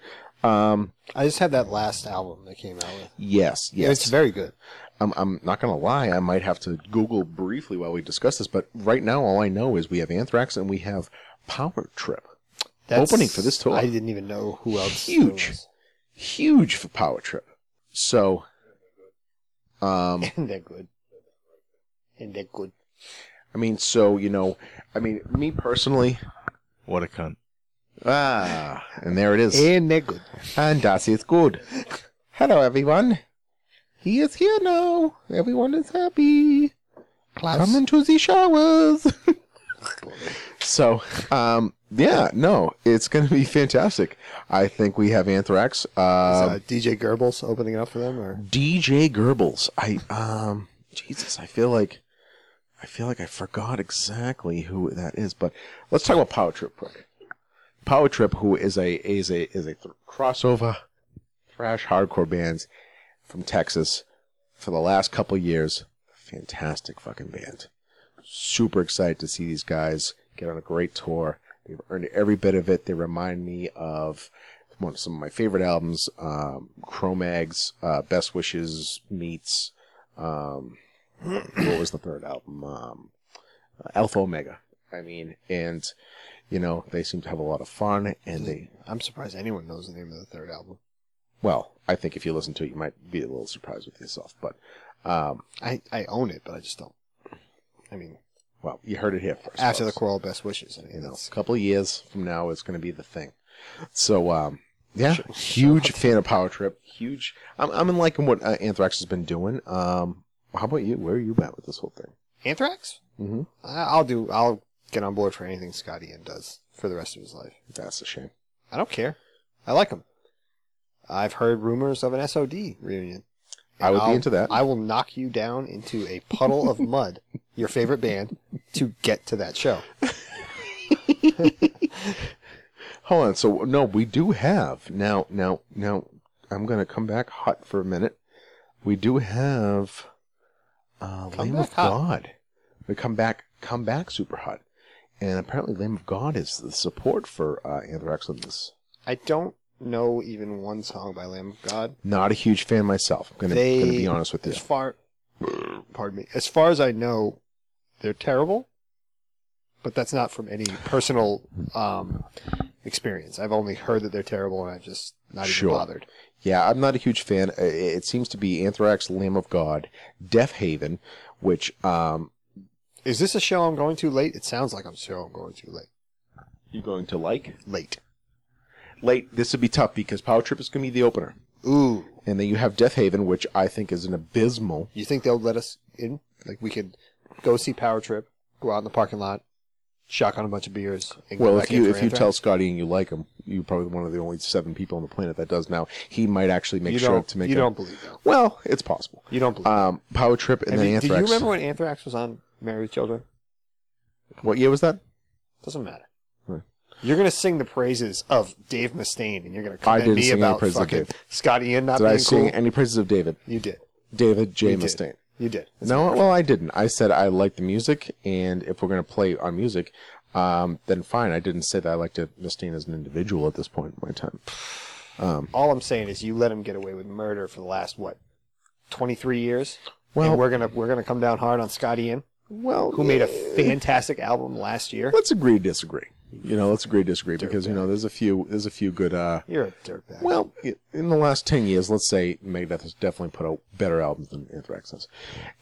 um, I just had that last album that came out with. yes yes It's very good. I'm, I'm not going to lie. I might have to Google briefly while we discuss this, but right now, all I know is we have Anthrax and we have Power Trip. Opening for this tour. I didn't even know who else. there Huge. was. Huge for Power Trip. So, um, And they're good. And they're good. I mean, so, you know, I mean, me personally, What a cunt. ah, and there it is. And they're good. And that is good. Hello, everyone. He is here now. Everyone is happy. Come into the showers. so, um, yeah, no, it's going to be fantastic. I think we have Anthrax. Is, Um, uh, DJ Goebbels opening up for them, or DJ Goebbels. I um Jesus, I feel like I feel like I forgot exactly who that is, but let's talk about Power Trip quick. Power Trip, who is a is a is a th- crossover thrash hardcore bands from Texas for the last couple years. Fantastic fucking band. Super excited to see these guys get on a great tour. They've earned every bit of it. They remind me of one of some of my favorite albums, um, Chromags, uh, Best Wishes meets, um, what was the third album? Um, Alpha Omega. I mean, and you know, they seem to have a lot of fun, and they I'm surprised anyone knows the name of the third album. well, I think if you listen to it, you might be a little surprised with yourself, but um, I I own it, but I just don't. I mean, well, you heard it here first. after the folks. quarrel, best wishes. I mean, you know, that's- a couple of years from now, it's going to be the thing. So, um, yeah, huge fan of Power Trip. Huge. I'm, I'm liking what uh, Anthrax has been doing. Um, how about you? Where are you at with this whole thing? Anthrax. Mm-hmm. I- I'll do. I'll get on board for anything Scott Ian does for the rest of his life. That's a shame. I don't care. I like him. I've heard rumors of an SOD reunion. I would be I'll- into that. I will knock you down into a puddle of mud, your favorite band, to get to that show. Hold on. So, no, we do have now. Now, now, I'm going to come back hot for a minute. We do have uh, Come Lamb back of hot. God. We come back, come back, super hot. And apparently, Lamb of God is the support for uh, Anthrax on this. I don't know even one song by Lamb of God. Not a huge fan myself. I'm gonna, They- gonna be honest with you. As far, pardon me. As far as I know, they're terrible. But that's not from any personal um, experience. I've only heard that they're terrible, and I've just not even Sure. bothered. Yeah, I'm not a huge fan. Uh, It it seems to be Anthrax, Lamb of God, Death Haven, which um, Is this a show I'm going to late? It sounds like I'm sure I'm going to late. you're going to like. Late. Late. This would be tough because Power Trip is gonna be the opener, Ooh. and then you have Death Haven, which I think is an abysmal. You think they'll let us in? Like we could go see Power Trip, go out in the parking lot, shotgun a bunch of beers. And go Well, back if in you for if you Anthrax? tell Scotty and you like him, you're probably one of the only seven people on the planet that does now. He might actually make you sure don't, to make. you a- don't believe that. Well, it's possible. You don't believe. Um, Power Trip and Have then you- do Anthrax. you remember when Anthrax was on Married with Children? what year was that? Doesn't matter. Hmm. You're gonna sing the praises of Dave Mustaine, and you're gonna I come at didn't me sing any about praises of fucking Dave. Scott Ian not Did I being sing cool. any praises of David? you did. David J. You did. Mustaine. You did. No, well, I didn't. I said I like the music, and if we're going to play on music, um, then fine. I didn't say that I liked it, Mustaine as an individual at this point in my time. All I'm saying is you let him get away with murder for the last what, 23 years. Well- and we're gonna we're gonna come down hard on Scott Ian, Well, who made a fantastic album last year. Let's agree, disagree. You know, let's agree, disagree, because you know, there's a few, there's a few good. uh You're a dirtbag. Well, i- in the last ten years, let's say Megadeth has definitely put out better albums than Anthrax has,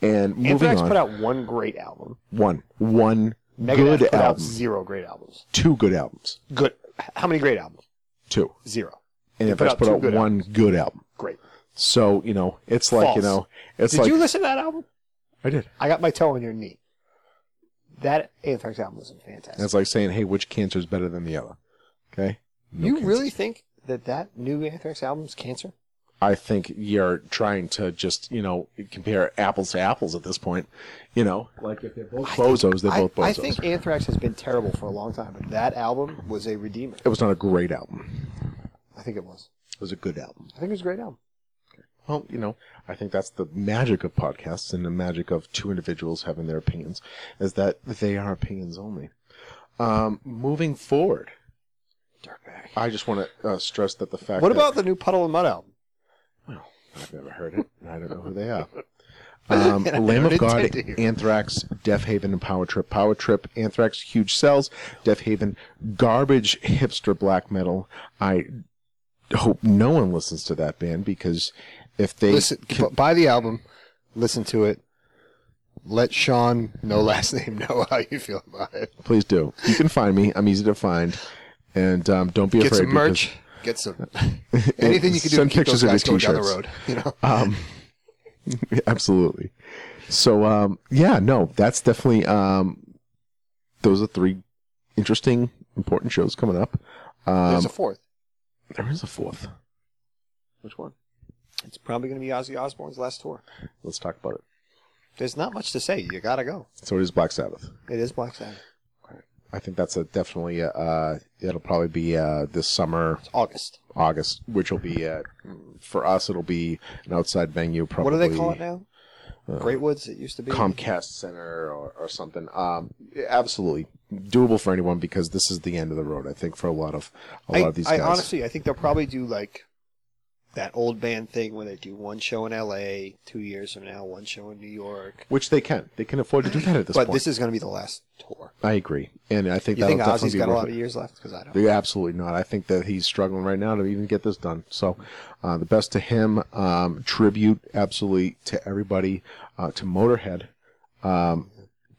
and moving Anthrax on, put out one great album. one, one Megadeth good put out album, zero great albums. two good albums, Good. How many great albums? two, Zero. and They put Anthrax out put two out, good one good album. Great. So you know, it's like you False. know, it's Did like you listen to that album? I did. I got my toe on your knee. That Anthrax album was fantastic. It's like saying, hey, which cancer is better than the other? Okay. No you cancer. really think that that new Anthrax album's cancer? I think you're trying to just you know compare apples to apples at this point. You know, like if they're both bozos, they're I, both bozos. I think Anthrax has been terrible for a long time, but that album was a redeemer. it was not a great album. I think it was. It was a good album. I think it was a great album. Well, you know, I think that's the magic of podcasts and the magic of two individuals having their opinions, is that they are opinions only. Um, moving forward, Dirtbag. I just want to uh, stress that the fact. What that- about the new Puddle of Mud album? I've never heard it, and I don't know who they are. Um, And I Lamb of don't God, intend to. Anthrax, Death Haven, and Power Trip. Power Trip, Anthrax, Huge Cells, Death Haven, garbage hipster black metal. I hope no one listens to that band because if they Listen, bu- buy the album, listen to it. Let Sean, no last name, know how you feel about it. please do, you can find me. I'm easy to find, and um, don't be Get afraid. some merch. Get some anything you can do to Send keep pictures those of guys your going down the t-shirts. road. You know, because- Um, absolutely. So um, yeah, no, that's definitely um, those are three interesting, important shows coming up. Um, there's a fourth. there is a fourth. Which one? It's probably going to be Ozzy Osbourne's last tour. Let's talk about it. There's not much to say. You gotta go. So it is Black Sabbath. It is Black Sabbath. I think that's a definitely uh, it'll probably be uh, this summer, It's August. August, which will be uh, for us. It'll be an outside venue. Probably uh, what do they call it now? Great Woods. It used to be. Comcast Center or, or something. Um, absolutely doable for anyone because this is the end of the road. I think for a lot of a lot I, of these I guys. honestly, I think they'll probably do like that old band thing where they do one show in L.A. two years from now, one show in New York. which they can, they can afford to do that at this but point. this is going to be the last tour. I agree, and I think You that'll think definitely Ozzy's be got a worth lot it. of years left? Because I don't. Yeah, Absolutely not. I think that he's struggling right now to even get this done. So, uh, the best to him. Um, tribute, absolutely, to everybody, uh, to Motorhead. Um,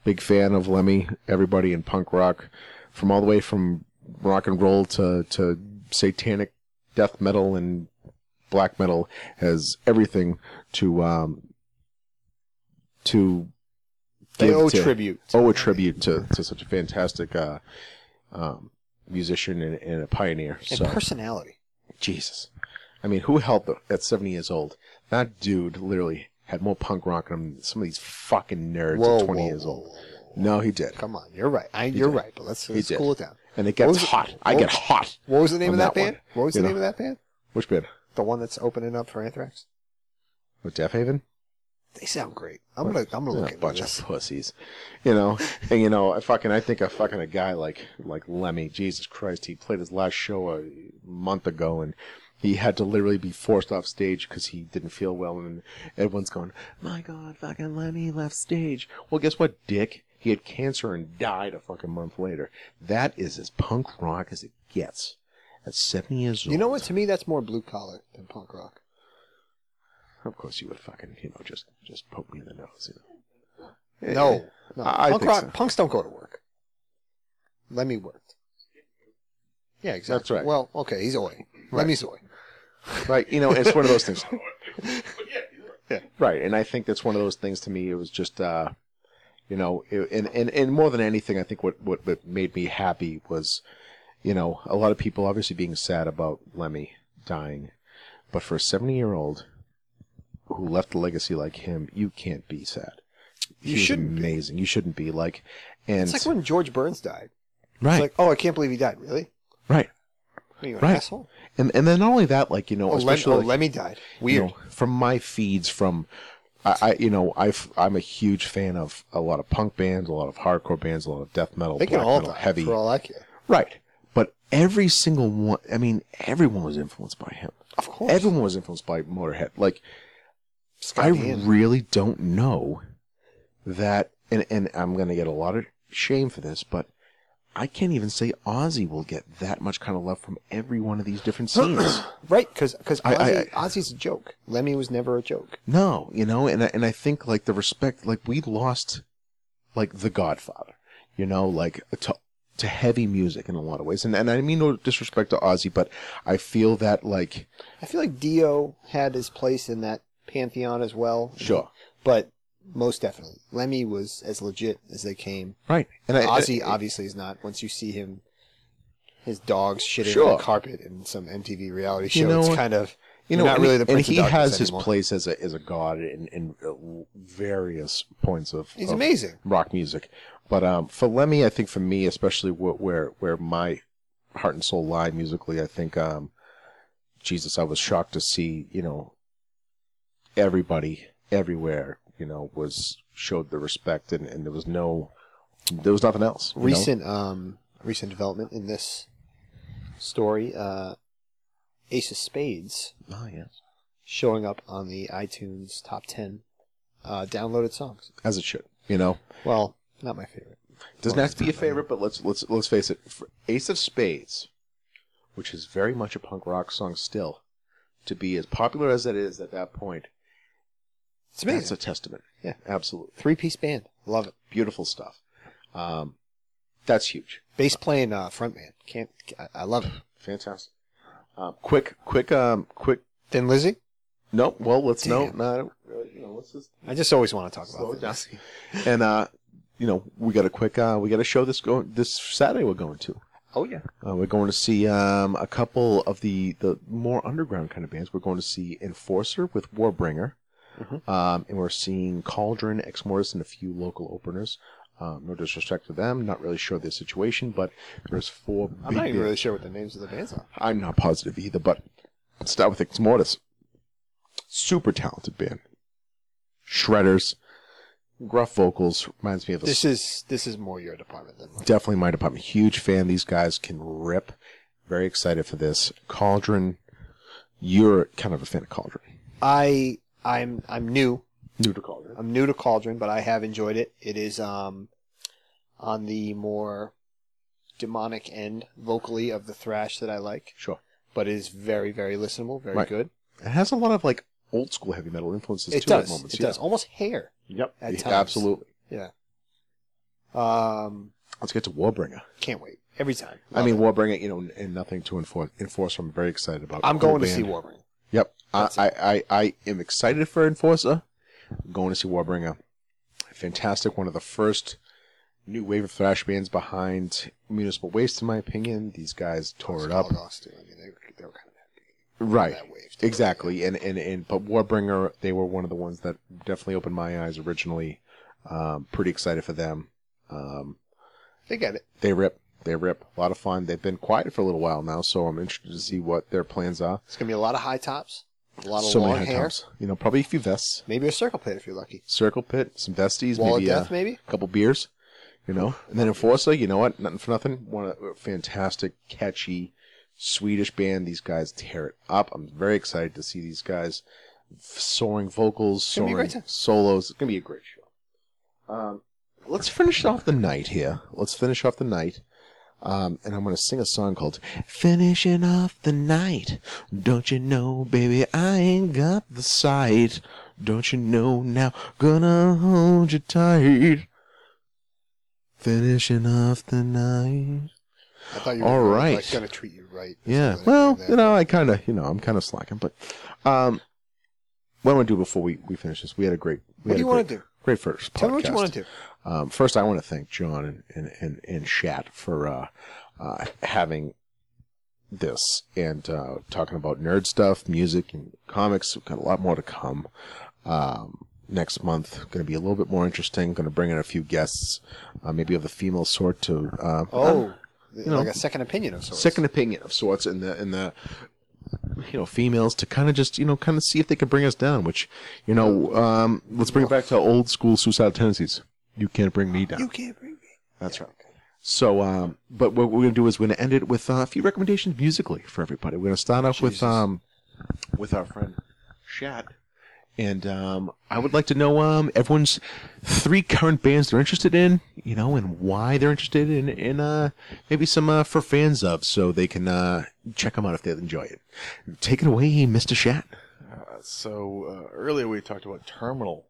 big fan of Lemmy, everybody in punk rock, from all the way from rock and roll to, to satanic death metal and black metal has everything to, um, to They give owe to- tribute. owe a tribute to, to such a fantastic uh, um, musician and, and a pioneer. and So personality. Jesus, I mean, who held the, at seventy years old? That dude literally had more punk rock in him than some of these fucking nerds at twenty years old. whoa, whoa, whoa. No, he did, Come on, you're right. I, you're did. right. But let's, He let's did. cool it down. and it What gets was it- hot. I what- get hot. What was the name On of that, that one. band? What was the You name know. of that band? Which band? The one that's opening up for Anthrax. With Death Haven? They sound great. I'm gonna I'm gonna look a at bunch this. of pussies, you know. and you know, I fucking I think a fucking a guy like like Lemmy, Jesus Christ, he played his last show a month ago, and he had to literally be forced off stage because he didn't feel well, and everyone's going, "My God, fucking Lemmy left stage." Well, guess what, Dick? He had cancer and died a fucking month later. That is as punk rock as it gets. At seventy years old, You know what? To me, that's more blue collar than punk rock. Of course, you would fucking you know just just poke me in the nose. You know? No, no. I- I punk think rock so. punks don't go to work. Lemmy worked. Yeah, exactly. That's right. Well, okay, he's away. Lemmy's away. Right, you know, it's one of those things. Yeah. Right, and I think that's one of those things. To me, it was just, uh, you know, it, and, and and more than anything, I think what, what what made me happy was, you know, a lot of people obviously being sad about Lemmy dying, but for a seventy year old who left a legacy like him, you can't be sad. You He was shouldn't be. Amazing. You shouldn't be like, and It's like when George Burns died. right, It's like, oh, I can't believe he died. Really? right, What Are you an Right. asshole? and and then not only that, like you know, Oh, Lem- especially oh like- Lemmy died. you Weird. know, from my feeds from I, I you know I am a huge fan of a lot of punk bands, a lot of hardcore bands, a lot of death metal, they can black all metal, die, heavy, for all I care. right? But every single one, I mean, everyone was influenced by him. Of course. Everyone was influenced by Motorhead. Like Scott I Ian. really don't know that, and and I'm gonna get a lot of shame for this, but. I can't even say Ozzy will get that much kind of love from every one of these different scenes. Right, because I- I- Ozzy, Ozzy's a joke. Lemmy was never a joke. No, you know, and I, and I think like the respect, like we lost, like the Godfather, you know, like to to heavy music in a lot of ways, and and I mean no disrespect to Ozzy, but I feel that like I feel like Dio had his place in that pantheon as well. sure, But most definitely, Lemmy was as legit as they came. right, and I, Ozzy I- obviously is not. Once you see him, his dogs shitting on Sure. the carpet in some MTV reality show, You know it's what? kind of you know, not and really he- the and Prince of he Darkness has his anymore. place as a as a god in in uh, various points of He's of amazing. rock music, but um for Lemmy, I think for me especially wh- where where my heart and soul lie musically, I think um Jesus, I was shocked to see you know everybody everywhere you know was showed the respect and, and there was no there was nothing else you know? Recent, um, recent development in this story: uh, Ace of Spades oh yes showing up on the iTunes top ten uh, downloaded songs. as it should. You know, Well, not my favorite. doesn't have to be a favorite, but let's let's let's face it. For Ace of Spades, which is very much a punk rock song still, to be as popular as it is at that point, It's that's amazing. a testament. Yeah. absolutely Three piece band. Love it. beautiful stuff. Um, that's huge. Bass playing uh, frontman. Can't. I, I love it. Fantastic. Um, quick, quick, um, quick. Thin Lizzy. No, well, let's no, Damn. no. You know, let's just I just always want to talk slow it about Thin down. Lizzy. and uh, you know, we got a quick. Uh, we got a show this going this Saturday. We're going to. Oh yeah. Uh, we're going to see um, a couple of the, the more underground kind of bands. We're going to see Enforcer with Warbringer, Mhm. um, and we're seeing Cauldron, Ex Mortis, and a few local openers. Um, no disrespect to them, not really sure of their situation, but there's four. I'm big not even bands. really sure what the names of the bands are. I'm not positive either, but let's start with Ex Mortis. Super talented band, shredders, gruff vocals. Reminds me of a This is this is more your department than mine. definitely my department. Huge fan. These guys can rip. Very excited for this. Cauldron, you're kind of a fan of Cauldron. I I'm I'm new. New to Cauldron. I'm new to Cauldron, but I have enjoyed it. It is um on the more demonic end vocally of the thrash that I like, Sure. but it is very very listenable, very Right. good. It has a lot of like old school heavy metal influences It too at does. moments. It yeah. does. Almost hair. Yep. at Yeah, times. Absolutely. Um Let's get to Warbringer. can't wait. Every time. I Love mean, it. Warbringer, you know, and nothing to enforce. Enforce. I'm very excited about. I'm Cool going to band. see Warbringer. Yep. I, That's it. I, I, I am excited for Enforcer. I'm going to see Warbringer. Fantastic. One of the first new wave of thrash bands behind Municipal Waste, in my opinion. These guys tore it up. Skaldós, too. I mean, they, were- they were kind of Right. that wave. too. Exactly. And, and, and, but Warbringer, they were one of the ones that definitely opened my eyes originally. Um, pretty excited for them. Um, They get it. they rip. They rip. A lot of fun. They've been quiet for a little while now, so I'm interested to see what their plans are. It's gonna be a lot of high tops, a lot of so long many high hair, tops. You know, probably a few vests. maybe a circle plate if you're lucky. Circle pit, some vesties, Wall maybe of uh, death, maybe. couple beers, you know. And then Enforcer, you know what? Nothing for nothing. One of the fantastic, catchy Swedish band. These guys tear it up. I'm very excited to see these guys soaring vocals, gonna be a soaring great time. solos. It's gonna be a great show. Um, let's finish off the night here. Let's finish off the night. Um, and I'm gonna sing a song called "Finishing Off the Night." Don't you know, baby, I ain't got the sight. Don't you know now? Gonna hold you tight. Finishing off the night. I thought you were All gonna, right. like, gonna treat you right. or Yeah. something Well, like that. you know, I kind of, you know, I'm kind of slacking, but um, what I want to do before we, we finish this, we had a great. We What do you want want to do? Great first. Tell me what you podcast. want to do. Um, first, I want to thank John and and and, and Shat for uh, uh, having this and uh, talking about nerd stuff, music, and comics. We've got a lot more to come. Um, next month, going to be a little bit more interesting. Going to bring in a few guests, uh, maybe of the female sort to uh, Oh, know. like a second opinion of sorts. second opinion of sorts in the in the you know females to kind of just you know kind of see if they can bring us down which you know um let's bring it back to old school suicidal tendencies you can't bring me down You can't bring me. that's right so um but what we're gonna do is we're gonna end it with uh, a few recommendations musically for everybody we're gonna start off with Jesus. um with our friend Shat and um, I would like to know um, everyone's three current bands they're interested in, you know, and why they're interested in, in uh, maybe some uh, for fans of, so they can uh, check them out if they enjoy it. Take it away, Mr. Shat. Uh, so uh, earlier we talked about Terminal.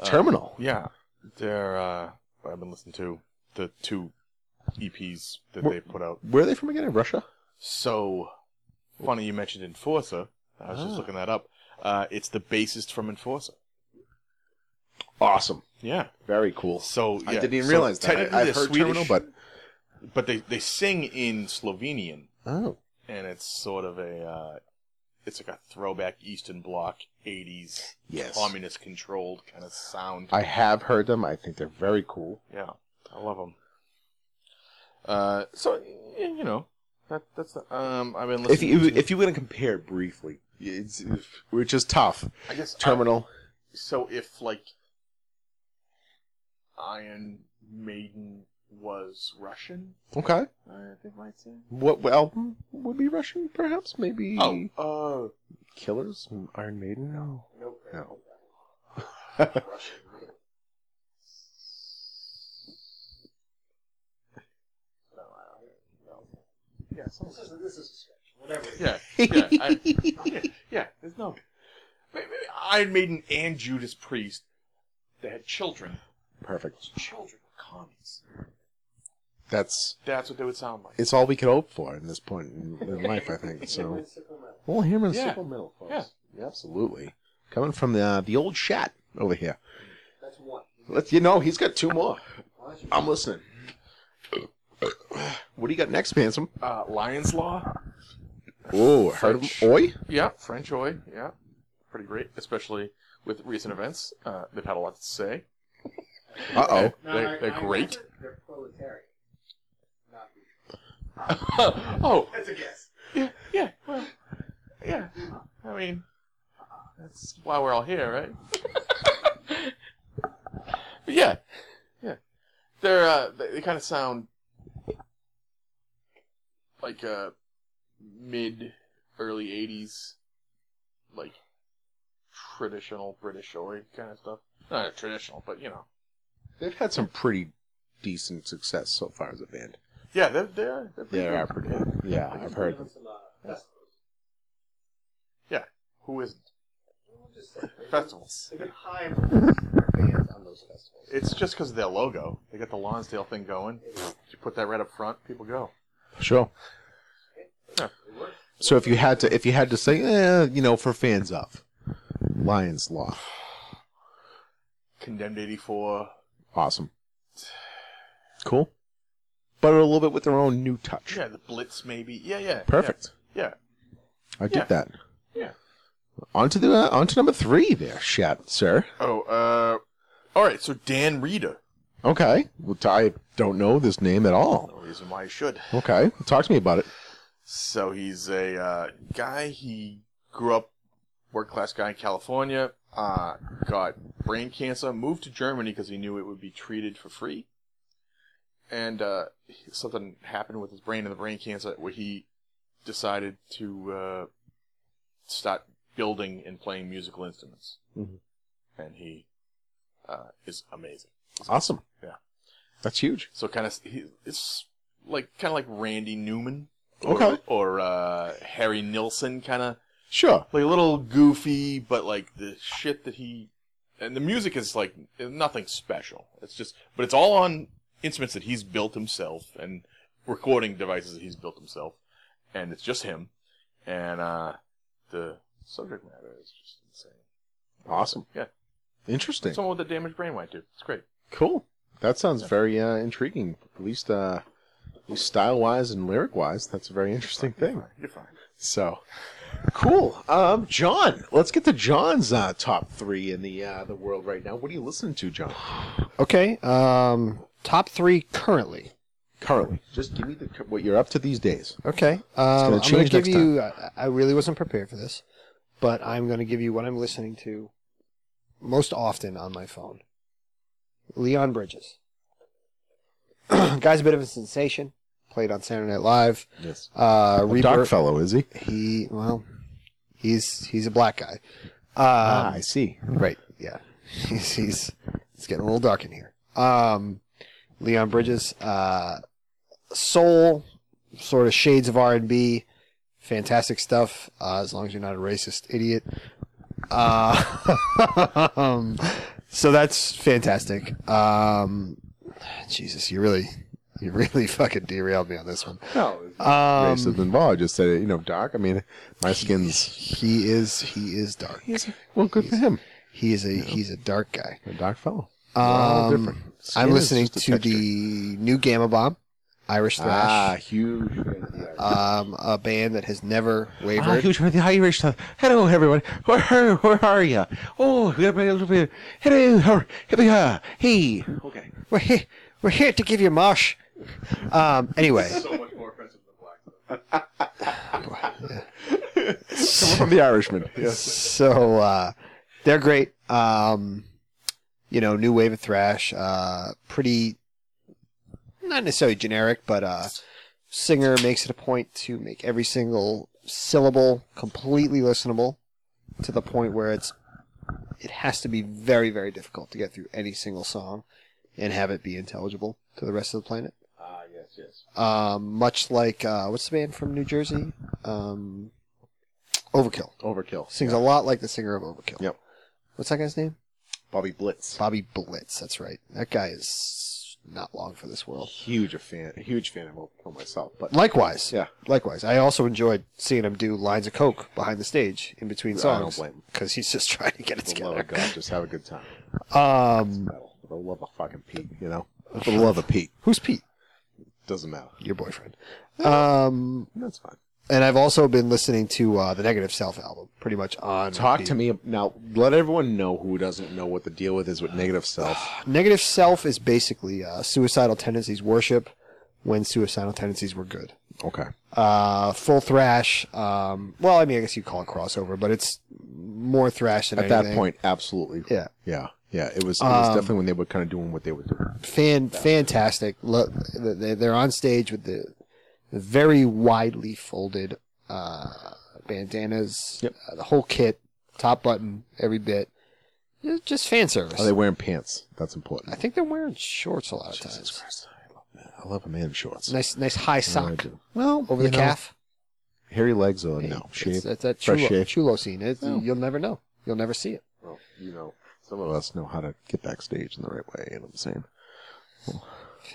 Uh, Terminal. Yeah, they're. Uh, I've been listening to the two EPs that Wha- they put out. Where are they from again? In Russia? So funny you mentioned Enforcer. I was Ah. just looking that up. Uh, it's the bassist from Enforcer. Awesome. Yeah. Very cool. So I yeah, didn't even so realize that. technically I, I've they're heard Swedish, Terminal, but but they they sing in Slovenian, oh, and it's sort of a. Uh, it's like a throwback Eastern Bloc '80s yes. communist-controlled kind of sound. I have heard them. I think they're very cool. Yeah, I love them. Uh, so y- you know, that that's the, um. I've been If listening. you to, if you were gonna compare briefly, it's, which is tough. I guess I- Terminal. so if like Iron Maiden was Russian, okay. I think might say. What album would be Russian? Perhaps maybe. Oh, uh, Killers, Iron Maiden. No. nope. No. Yeah, some- This is, this is a stretch. Whatever. yeah, yeah, I, yeah, yeah. There's no maybe, maybe Iron Maiden and Judas Priest. They had children. Perfect. Children, commies. That's That's what they would sound like. it's all we could hope for in this point in, in life, I think. So, well, here in the Yeah. simple middle, folks. Yeah. Yeah, absolutely. Coming from the uh, the old chat over here. That's one. Let you know he's got two more. Why don't you- I'm listening. What do you got next, Bansom? Uh, Lion's Law. Oh, heard of French. Oi? Yeah, French Oi. Yeah, pretty great, especially with recent events. Uh, they've had a lot to say. Uh oh. No, They're- I- they're I great. answered They're proletarian. Not rich. oh, That's a guess. yeah, yeah, well, yeah. I mean, that's why we're all here, right? but yeah, yeah. They're uh, they, they kind of sound like uh, mid early '80s, like traditional British oi kind of stuff. Not traditional, but you know. They've had some pretty decent success so far as a band. Yeah, they're they're, they're pretty They are good. pretty. Yeah, I've heard. That's a lot of festivals. Who isn't? We'll just say they- Festivals. They get high fans on those festivals. It's just because of their logo. They got the Lonsdale thing going. You put that right up front, people go. Sure. It works. So if you had to, if you had to say, eh, you know, for fans of Lions Law, Condemned 84. awesome, cool, but a little bit with their own new touch. Yeah, the Blitz maybe. Yeah, yeah. Perfect. Yeah. I Yeah. get that. Yeah. On to the uh, on to number three there, chat, sir. yeah. Oh, uh, all right. So Dan Rita. Okay. Well, I don't know this name at all. No reason why I should. Okay. Talk to me about it. So he's a uh, guy. He grew up work class guy in California. Uh, got brain cancer. Moved to Germany because he knew it would be treated for free. And uh, something happened with his brain and the brain cancer where he decided to uh, start building and playing musical instruments. Mhm. And he uh, is amazing. Awesome. Yeah. That's huge. So kind of it's like kind of like Randy Newman. Okay. Or, or uh, Harry Nilsson, kind of Sure. like a little goofy, but like the shit that he and the music is like nothing special. It's just, but it's all on instruments that he's built himself and recording devices that he's built himself, and it's just him. And uh, the subject matter is just insane. Awesome. Yeah, Interesting. someone with a damaged brain might do. It's great. Cool. That sounds very uh, intriguing. At least, uh, at least style wise and lyric wise, that's a very interesting thing. You're fine. So, cool. Um, John, let's get to John's uh, top three in the uh, the world right now. What are you listening to, John? Okay. Um, top three currently. Currently, just give me the, what you're up to these days. Okay. Um, I'm going to change give next time. you. I, I really wasn't prepared for this, but I'm going to give you what I'm listening to most often on my phone. Leon Bridges. Guy's a bit of a sensation. Played on Saturday Night Live. Yes. Uh, A dark Rebirth. fellow, is he? He well, he's he's a black guy. Um, ah, I see. Right. Yeah. He's, he's it's getting a little dark in here. Um, Leon Bridges, uh, soul, sort of shades of R and B, fantastic stuff. Uh, as long as you're not a racist idiot. Uh, um, so that's fantastic. Um, Jesus, you really, you really fucking derailed me on this one. No, Um, racism involved. I just said it. You know, dark. I mean, my skin's. He is, he is dark. Well, good for him. He is a, he's a dark guy. A dark fellow. We're all Um, different. Skin I'm is listening just a to texture. the new Gamma Bomb, Irish ah thrash, huge. fan of the Irish. um, a band that has never Ah, wavered. huge fan of the Irish. uh, Hello, everyone. Where, where, where are you? Oh, we got a little bit. Hello, how- here we are. Hey. Okay. we're here, we're here to give you mosh. Um, anyway, So much more offensive than black. Someone from the Irishman. so uh, they're great. Um, you know, new wave of thrash, uh, pretty, not necessarily generic, but uh, singer makes it a point to make every single syllable completely listenable to the point where it's it has to be very, very difficult to get through any single song and have it be intelligible to the rest of the planet. Ah, yes, yes. Um, much like uh, what's the band from New Jersey? Um, Overkill Overkill. sings a lot like the singer of Overkill. Yep. What's that guy's name? Bobby Blitz. Bobby Blitz. That's right. That guy is not long for this world. Huge a fan, huge fan of Overkill myself. But Likewise. Yeah. Likewise. I also enjoyed seeing him do lines of coke behind the stage in between I songs. don't blame him. Because he's just trying to get it For the love together. of God, just have a good time. Um, Battle. For the love of fucking Pete, you know. For the love of Pete, who's Pete? doesn't matter. Your boyfriend. Um, That's fine. and I've also been listening to uh, the Negative Self album, pretty much on. Talk repeat. to me now. Let everyone know who doesn't know what the deal with is with negative self. Negative Self is basically uh, suicidal tendencies worship when suicidal tendencies were good. Okay. Uh, full thrash. Um, well, I mean, I guess you call it crossover, but it's more thrash than At anything. that point, absolutely. yeah. Yeah. Yeah. It was. It was Um, definitely when they were kind of doing what they were doing. fan fantastic. Look, they- they're on stage with the very widely folded uh, bandanas, Yep. uh, the whole kit, top button, every bit. It's Just fan service. Are they wearing pants? That's I important. think they're wearing shorts a lot of Jesus times. Christ, I love, man. I love a man in shorts. Nice, nice high I sock. do. Well, over the you know, calf. Hairy legs or Hey, no? it's, Shave. it's that Fresh chulo, shave. chulo scene. It's, No. You'll never know. You'll never see it. Well, you know, some of us know how to get backstage in the right way. You know what I'm saying?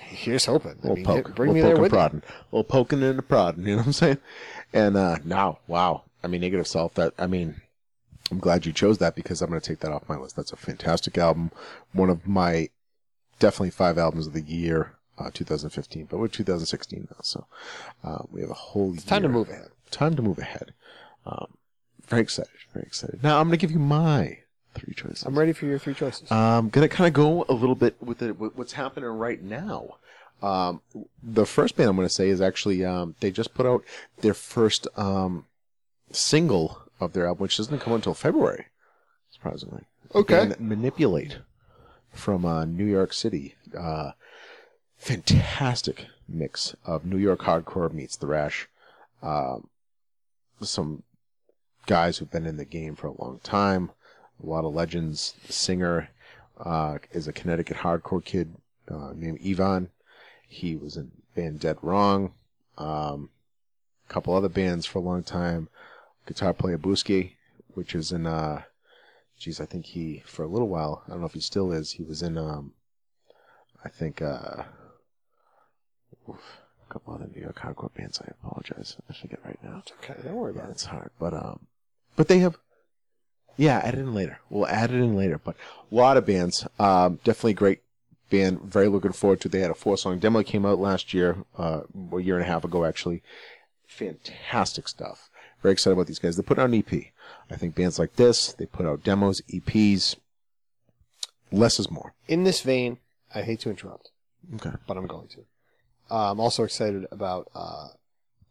Here's hoping. I little mean, poke, little bring me there poke and with you. prodding, little poking and a prodding. You know what I'm saying? And uh now, wow. I mean, negative self. That I mean, I'm glad you chose that because I'm going to take that off my list. That's a fantastic album. One of my definitely five albums of the year, uh, 2015. But we're 2016 now, so uh, we have a whole It's time to year. move ahead. Time to move ahead. Um, very excited. Very excited. Now I'm going to give you my three choices. I'm ready for your three choices. I'm Um, gonna kind of go a little bit with, the, with what's happening right now. Um, the first band I'm gonna say is actually um, they just put out their first um, single of their album, which doesn't come until February, surprisingly. Okay. Band Manipulate from uh, New York City. Uh, fantastic mix of New York hardcore meets thrash. Um, some guys who've been in the game for a long time, a lot of legends. The singer uh, is a Connecticut hardcore kid uh, named Ivan. He was in band Dead Wrong, um, a couple other bands for a long time. Guitar player Buski, which is in, uh, geez, I think he for a little while. I don't know if he still is. He was in, um, I think, uh, oof, a couple other New York hardcore bands. I apologize. I forget right now. okay, don't worry Yeah, it's hard, but um, but they have, yeah, add it in later. We'll add it in later. But a lot of bands, um, definitely great band. Very looking forward to. it. They had a four song demo that came out last year, uh, a year and a half ago actually. Fantastic stuff. Very excited about these guys. They put out an E EP. I think bands like this, they put out demos, EPs. Less is more. In this vein, I hate to interrupt. Okay. but I'm going to. Uh, I'm also excited about uh, a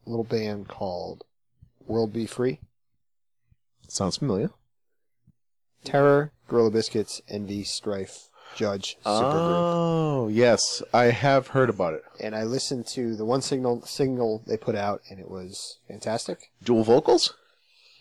little band called World Be Free, Sounds familiar. Terror, Gorilla Biscuits, Envy, Strife, Judge, Ah. Supergroup. Oh yes, I have heard about it. And I listened to the one signal single they put out, and it was fantastic. Dual vocals.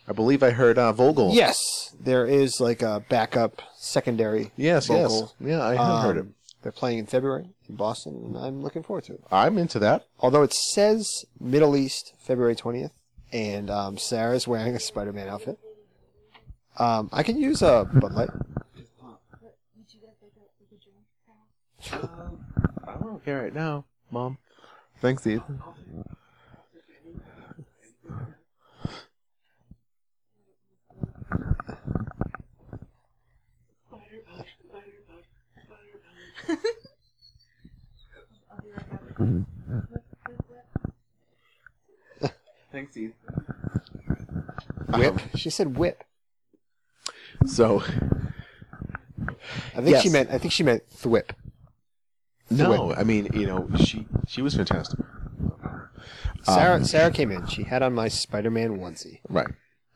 I believe I heard uh, Vogel. Yes, there is like a backup secondary. Yes, vocal. yes. Yeah, I have heard it. Um, They're playing in February in Boston, and I'm looking forward to it. I'm into that. Although it says Middle East, February 20th, and um, Sarah's wearing a Spider Man outfit. Um, I could use a Bud Light. Would you guys like a, like a drink? I'm okay right now, Mom. Thanks, Ethan. Thanks, Steve. Uh-huh. Whip? she said whip. So I think Yes. she meant. I think she meant thwip. no, I mean you know she she was fantastic. Sarah. Um, Sarah came in. She had on my Spider Man onesie, Right,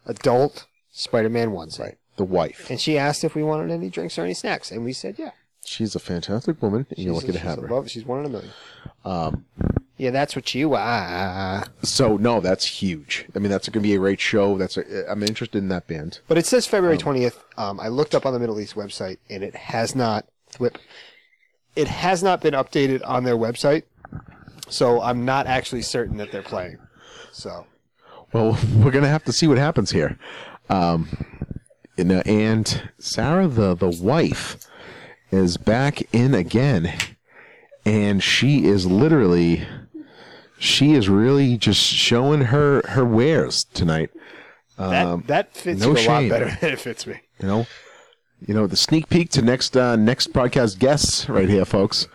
adult Spider Man onesie, right. The wife. and she asked if we wanted any drinks or any snacks, and we said yeah. She's a fantastic woman. and You're She's- lucky to she's have her. above- She's one in a million. Um, Yeah, that's what you are. So no, that's huge. I mean, that's going to be a great show. That's a, I'm interested in that band. But it says Oh. February twentieth. Um, I looked up on the Middle East website, and it has not thwip. It has not been updated on their website, so I'm not actually certain that they're playing. So Well, we're going to have to see what happens here. Um, and, uh, and Sarah, the the wife, is back in again, and she is literally, she is really just showing her her wares tonight. that Um, that fits no you a lot shame. better than it fits me. you know, you know the sneak peek to next uh, next podcast guests right here, folks.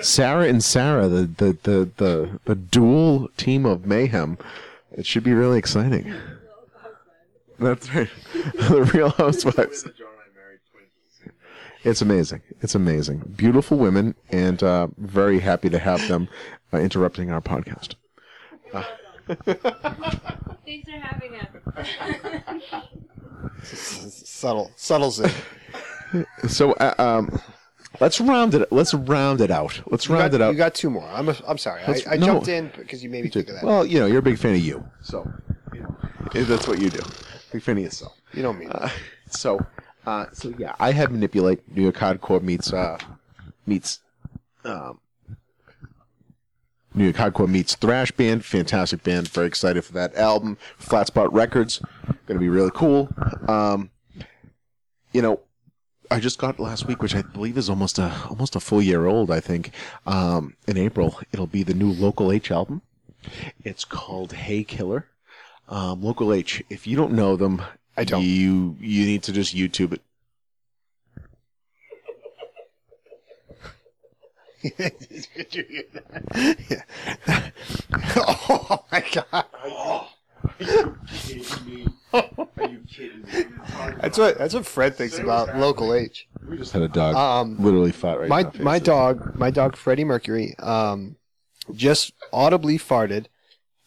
Sarah and Sarah, the the the the, the dual team of mayhem. It should be really exciting. That's right. the Real Housewives. It's amazing. It's amazing. Beautiful women, and uh, very happy to have them uh, interrupting our podcast. Thanks for having us. Subtle, subtle's it. So, uh, um, let's round it. Let's round it out. Let's You round got, it out. you got two more. I'm a, I'm sorry. I, Let's- I no. jumped in because you made me think of that. Well, you know, you're a big fan of you, so you know, if that's what you do. Big fan of yourself. you don't mean. Uh, so, uh, so yeah, I had manipulate New York hardcore meets uh, meets um, New York hardcore meets thrash band. Fantastic band. Very excited for that album. Flat Spot Records, going to be really cool. Um, you know, I just got last week, which I believe is almost a almost a full year old. I think um, in April it'll be the new Local H album. It's called Hey Killer. Um, Local H. If you don't know them, I don't. You you need to just YouTube it. Did you hear that? Yeah. oh my god. kidding me? Are you kidding me? That's what that's what Fred thinks about local H. We just had a dog Um, literally fought right my my dog my dog Freddie Mercury um, just audibly farted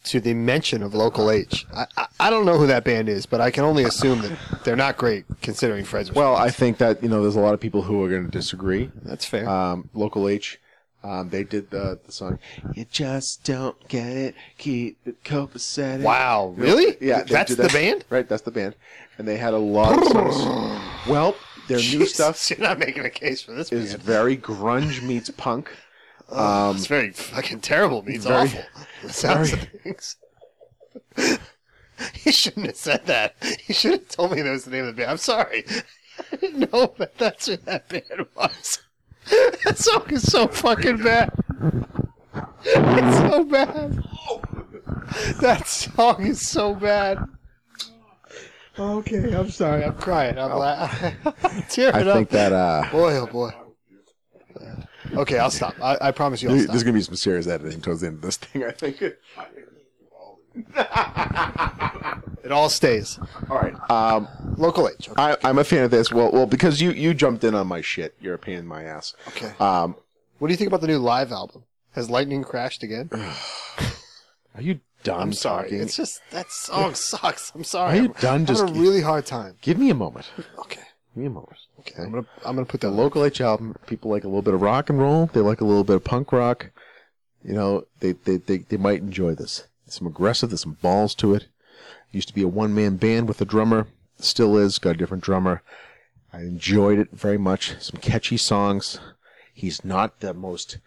to the mention of Local H. I, I, I don't know who that band is, but I can only assume that they're not great considering Fred's. Well, I think that you know there's a lot of people who are going to disagree. that's fair. Um, Local H, um, they did the the song. You just don't get it. Keep the copacetic. wow, really? Yeah, they that's did the that. band. Right, that's the band, and they had a lot of songs. Well, their new Jesus, stuff You're not making a case for this is band. very grunge meets punk. Ugh, um, it's very fucking terrible. Means very- awful. The sounds of things. He shouldn't have said that. He should have told me that was the name of the band. I'm sorry. I didn't know that that's what that band was. That song is so fucking bad. It's so bad. That song is so bad. Okay, I'm sorry. I'm crying. I'm la- I'm tearing I up. think that uh, Boy, oh boy. Okay, I'll stop. I, I promise you, I'll there- stop. there's going to be some serious editing towards the end of this thing. I think. It all stays. All right. Um, Local H. Okay. I, I'm a fan of this. Well, well, because you you jumped in on my shit. You're a pain in my ass. okay. Um, Uh, What do you think about the new live album? Has lightning crashed again? are you done? I'm sorry. talking? It's just that song sucks. I'm sorry. Are you I'm done? having Just a really hard time. give me a moment. Okay. Give me a moment. Okay. I'm gonna I'm gonna put that The local H album. People like a little bit of rock and roll. They like a little bit of punk rock. You know, they they they, they might enjoy this. It's some aggressive. There's some balls to it. Used to be a one man band with a drummer. Still is. Got a different drummer. I enjoyed it very much. Some catchy songs. He's not the most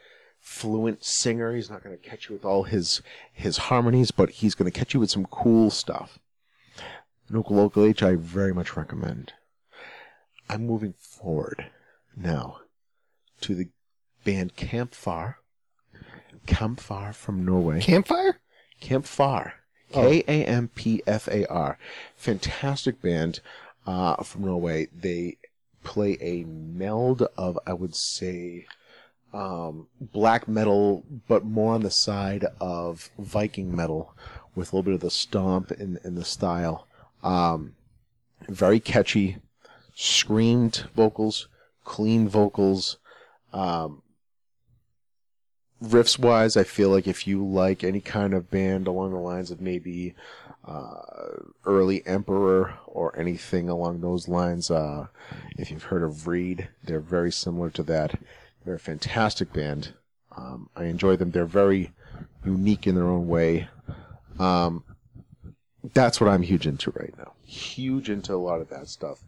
fluent singer. He's not going to catch you with all his his harmonies, but he's going to catch you with some cool stuff. Local Local H, I very much recommend. I'm moving forward now to the band Campfar. Campfar from Norway. campfire. Campfar. K A M P F A R. Fantastic band uh, from Norway. They play a meld of, I would say, um, black metal, but more on the side of Viking metal with a little bit of the stomp in, in the style. Um, very catchy, screamed vocals, clean vocals. Um, riffs wise, I feel like if you like any kind of band along the lines of maybe uh, early Emperor or anything along those lines, uh, if you've heard of Reed, they're very similar to that. They're a fantastic band. Um, I enjoy them. They're very unique in their own way. Um, that's what I'm huge into right now. Huge into a lot of that stuff.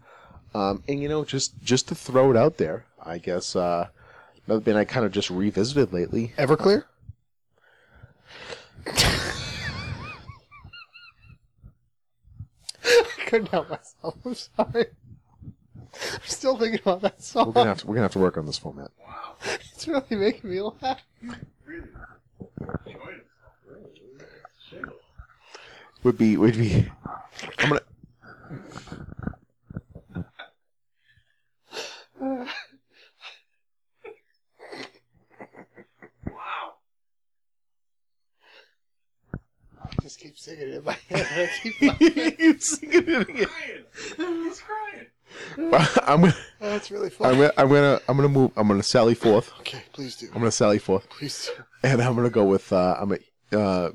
Um, and you know, just just to throw it out there, I guess uh, another band I kind of just revisited lately. Everclear? I couldn't help myself. I'm sorry. I'm still thinking about that We're song. gonna have to we're gonna have to work on this format. It's really making me laugh. Would be would be. I'm gonna I just keep singing it in my head. and I keep you singing it again. He's crying. I'm gonna, Oh, that's really funny. I'm gonna I'm gonna I'm gonna move. I'm gonna sally forth. okay, please do. I'm gonna sally forth. Please do. And I'm gonna go with uh, I'm a, uh,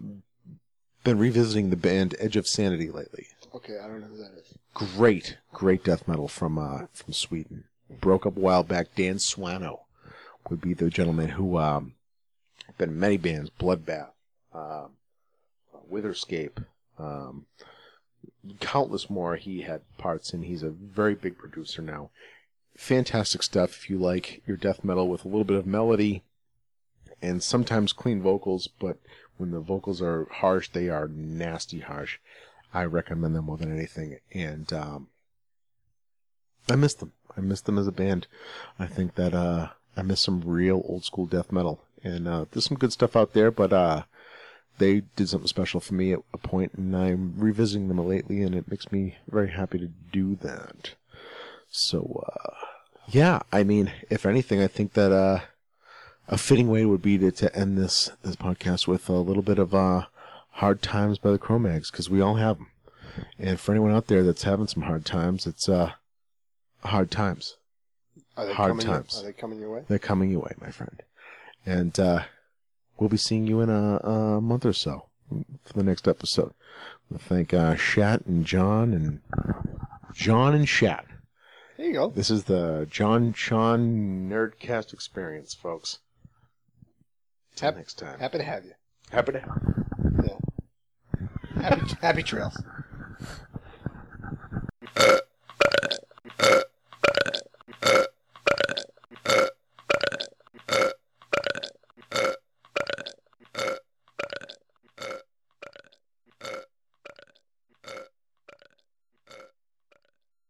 been revisiting the band Edge of Sanity lately. Okay, I don't know who that is. Great, great death metal from uh, from Sweden. Broke up a while back. Dan Swano would be the gentleman who um, been in many bands. Bloodbath, um, Witherscape, um, countless more. He had parts in. He's a very big producer now. Fantastic stuff. If you like your death metal with a little bit of melody and sometimes clean vocals, but when the vocals are harsh, they are nasty harsh. I recommend them more than anything, and um, I miss them. I miss them as a band. I think that uh, I miss some real old school death metal, and uh, there's some good stuff out there, but uh, they did something special for me at a point, and I'm revisiting them lately, and it makes me very happy to do that. So, uh, yeah, I mean, if anything, I think that uh, a fitting way would be to, to end this this podcast with a little bit of uh, hard times by the Chromags because we all have them. And for anyone out there that's having some hard times, it's uh, hard times. Are they Hard coming times. Your, are they coming your way? They're coming your way, my friend. And uh, we'll be seeing you in a, a month or so for the next episode. I thank uh, Shat and John and John and Shat. There you go. This is the John Sean Nerdcast experience, folks. Till Hap- next time. Happy to have you. Happy to Yeah. Happy, happy trails.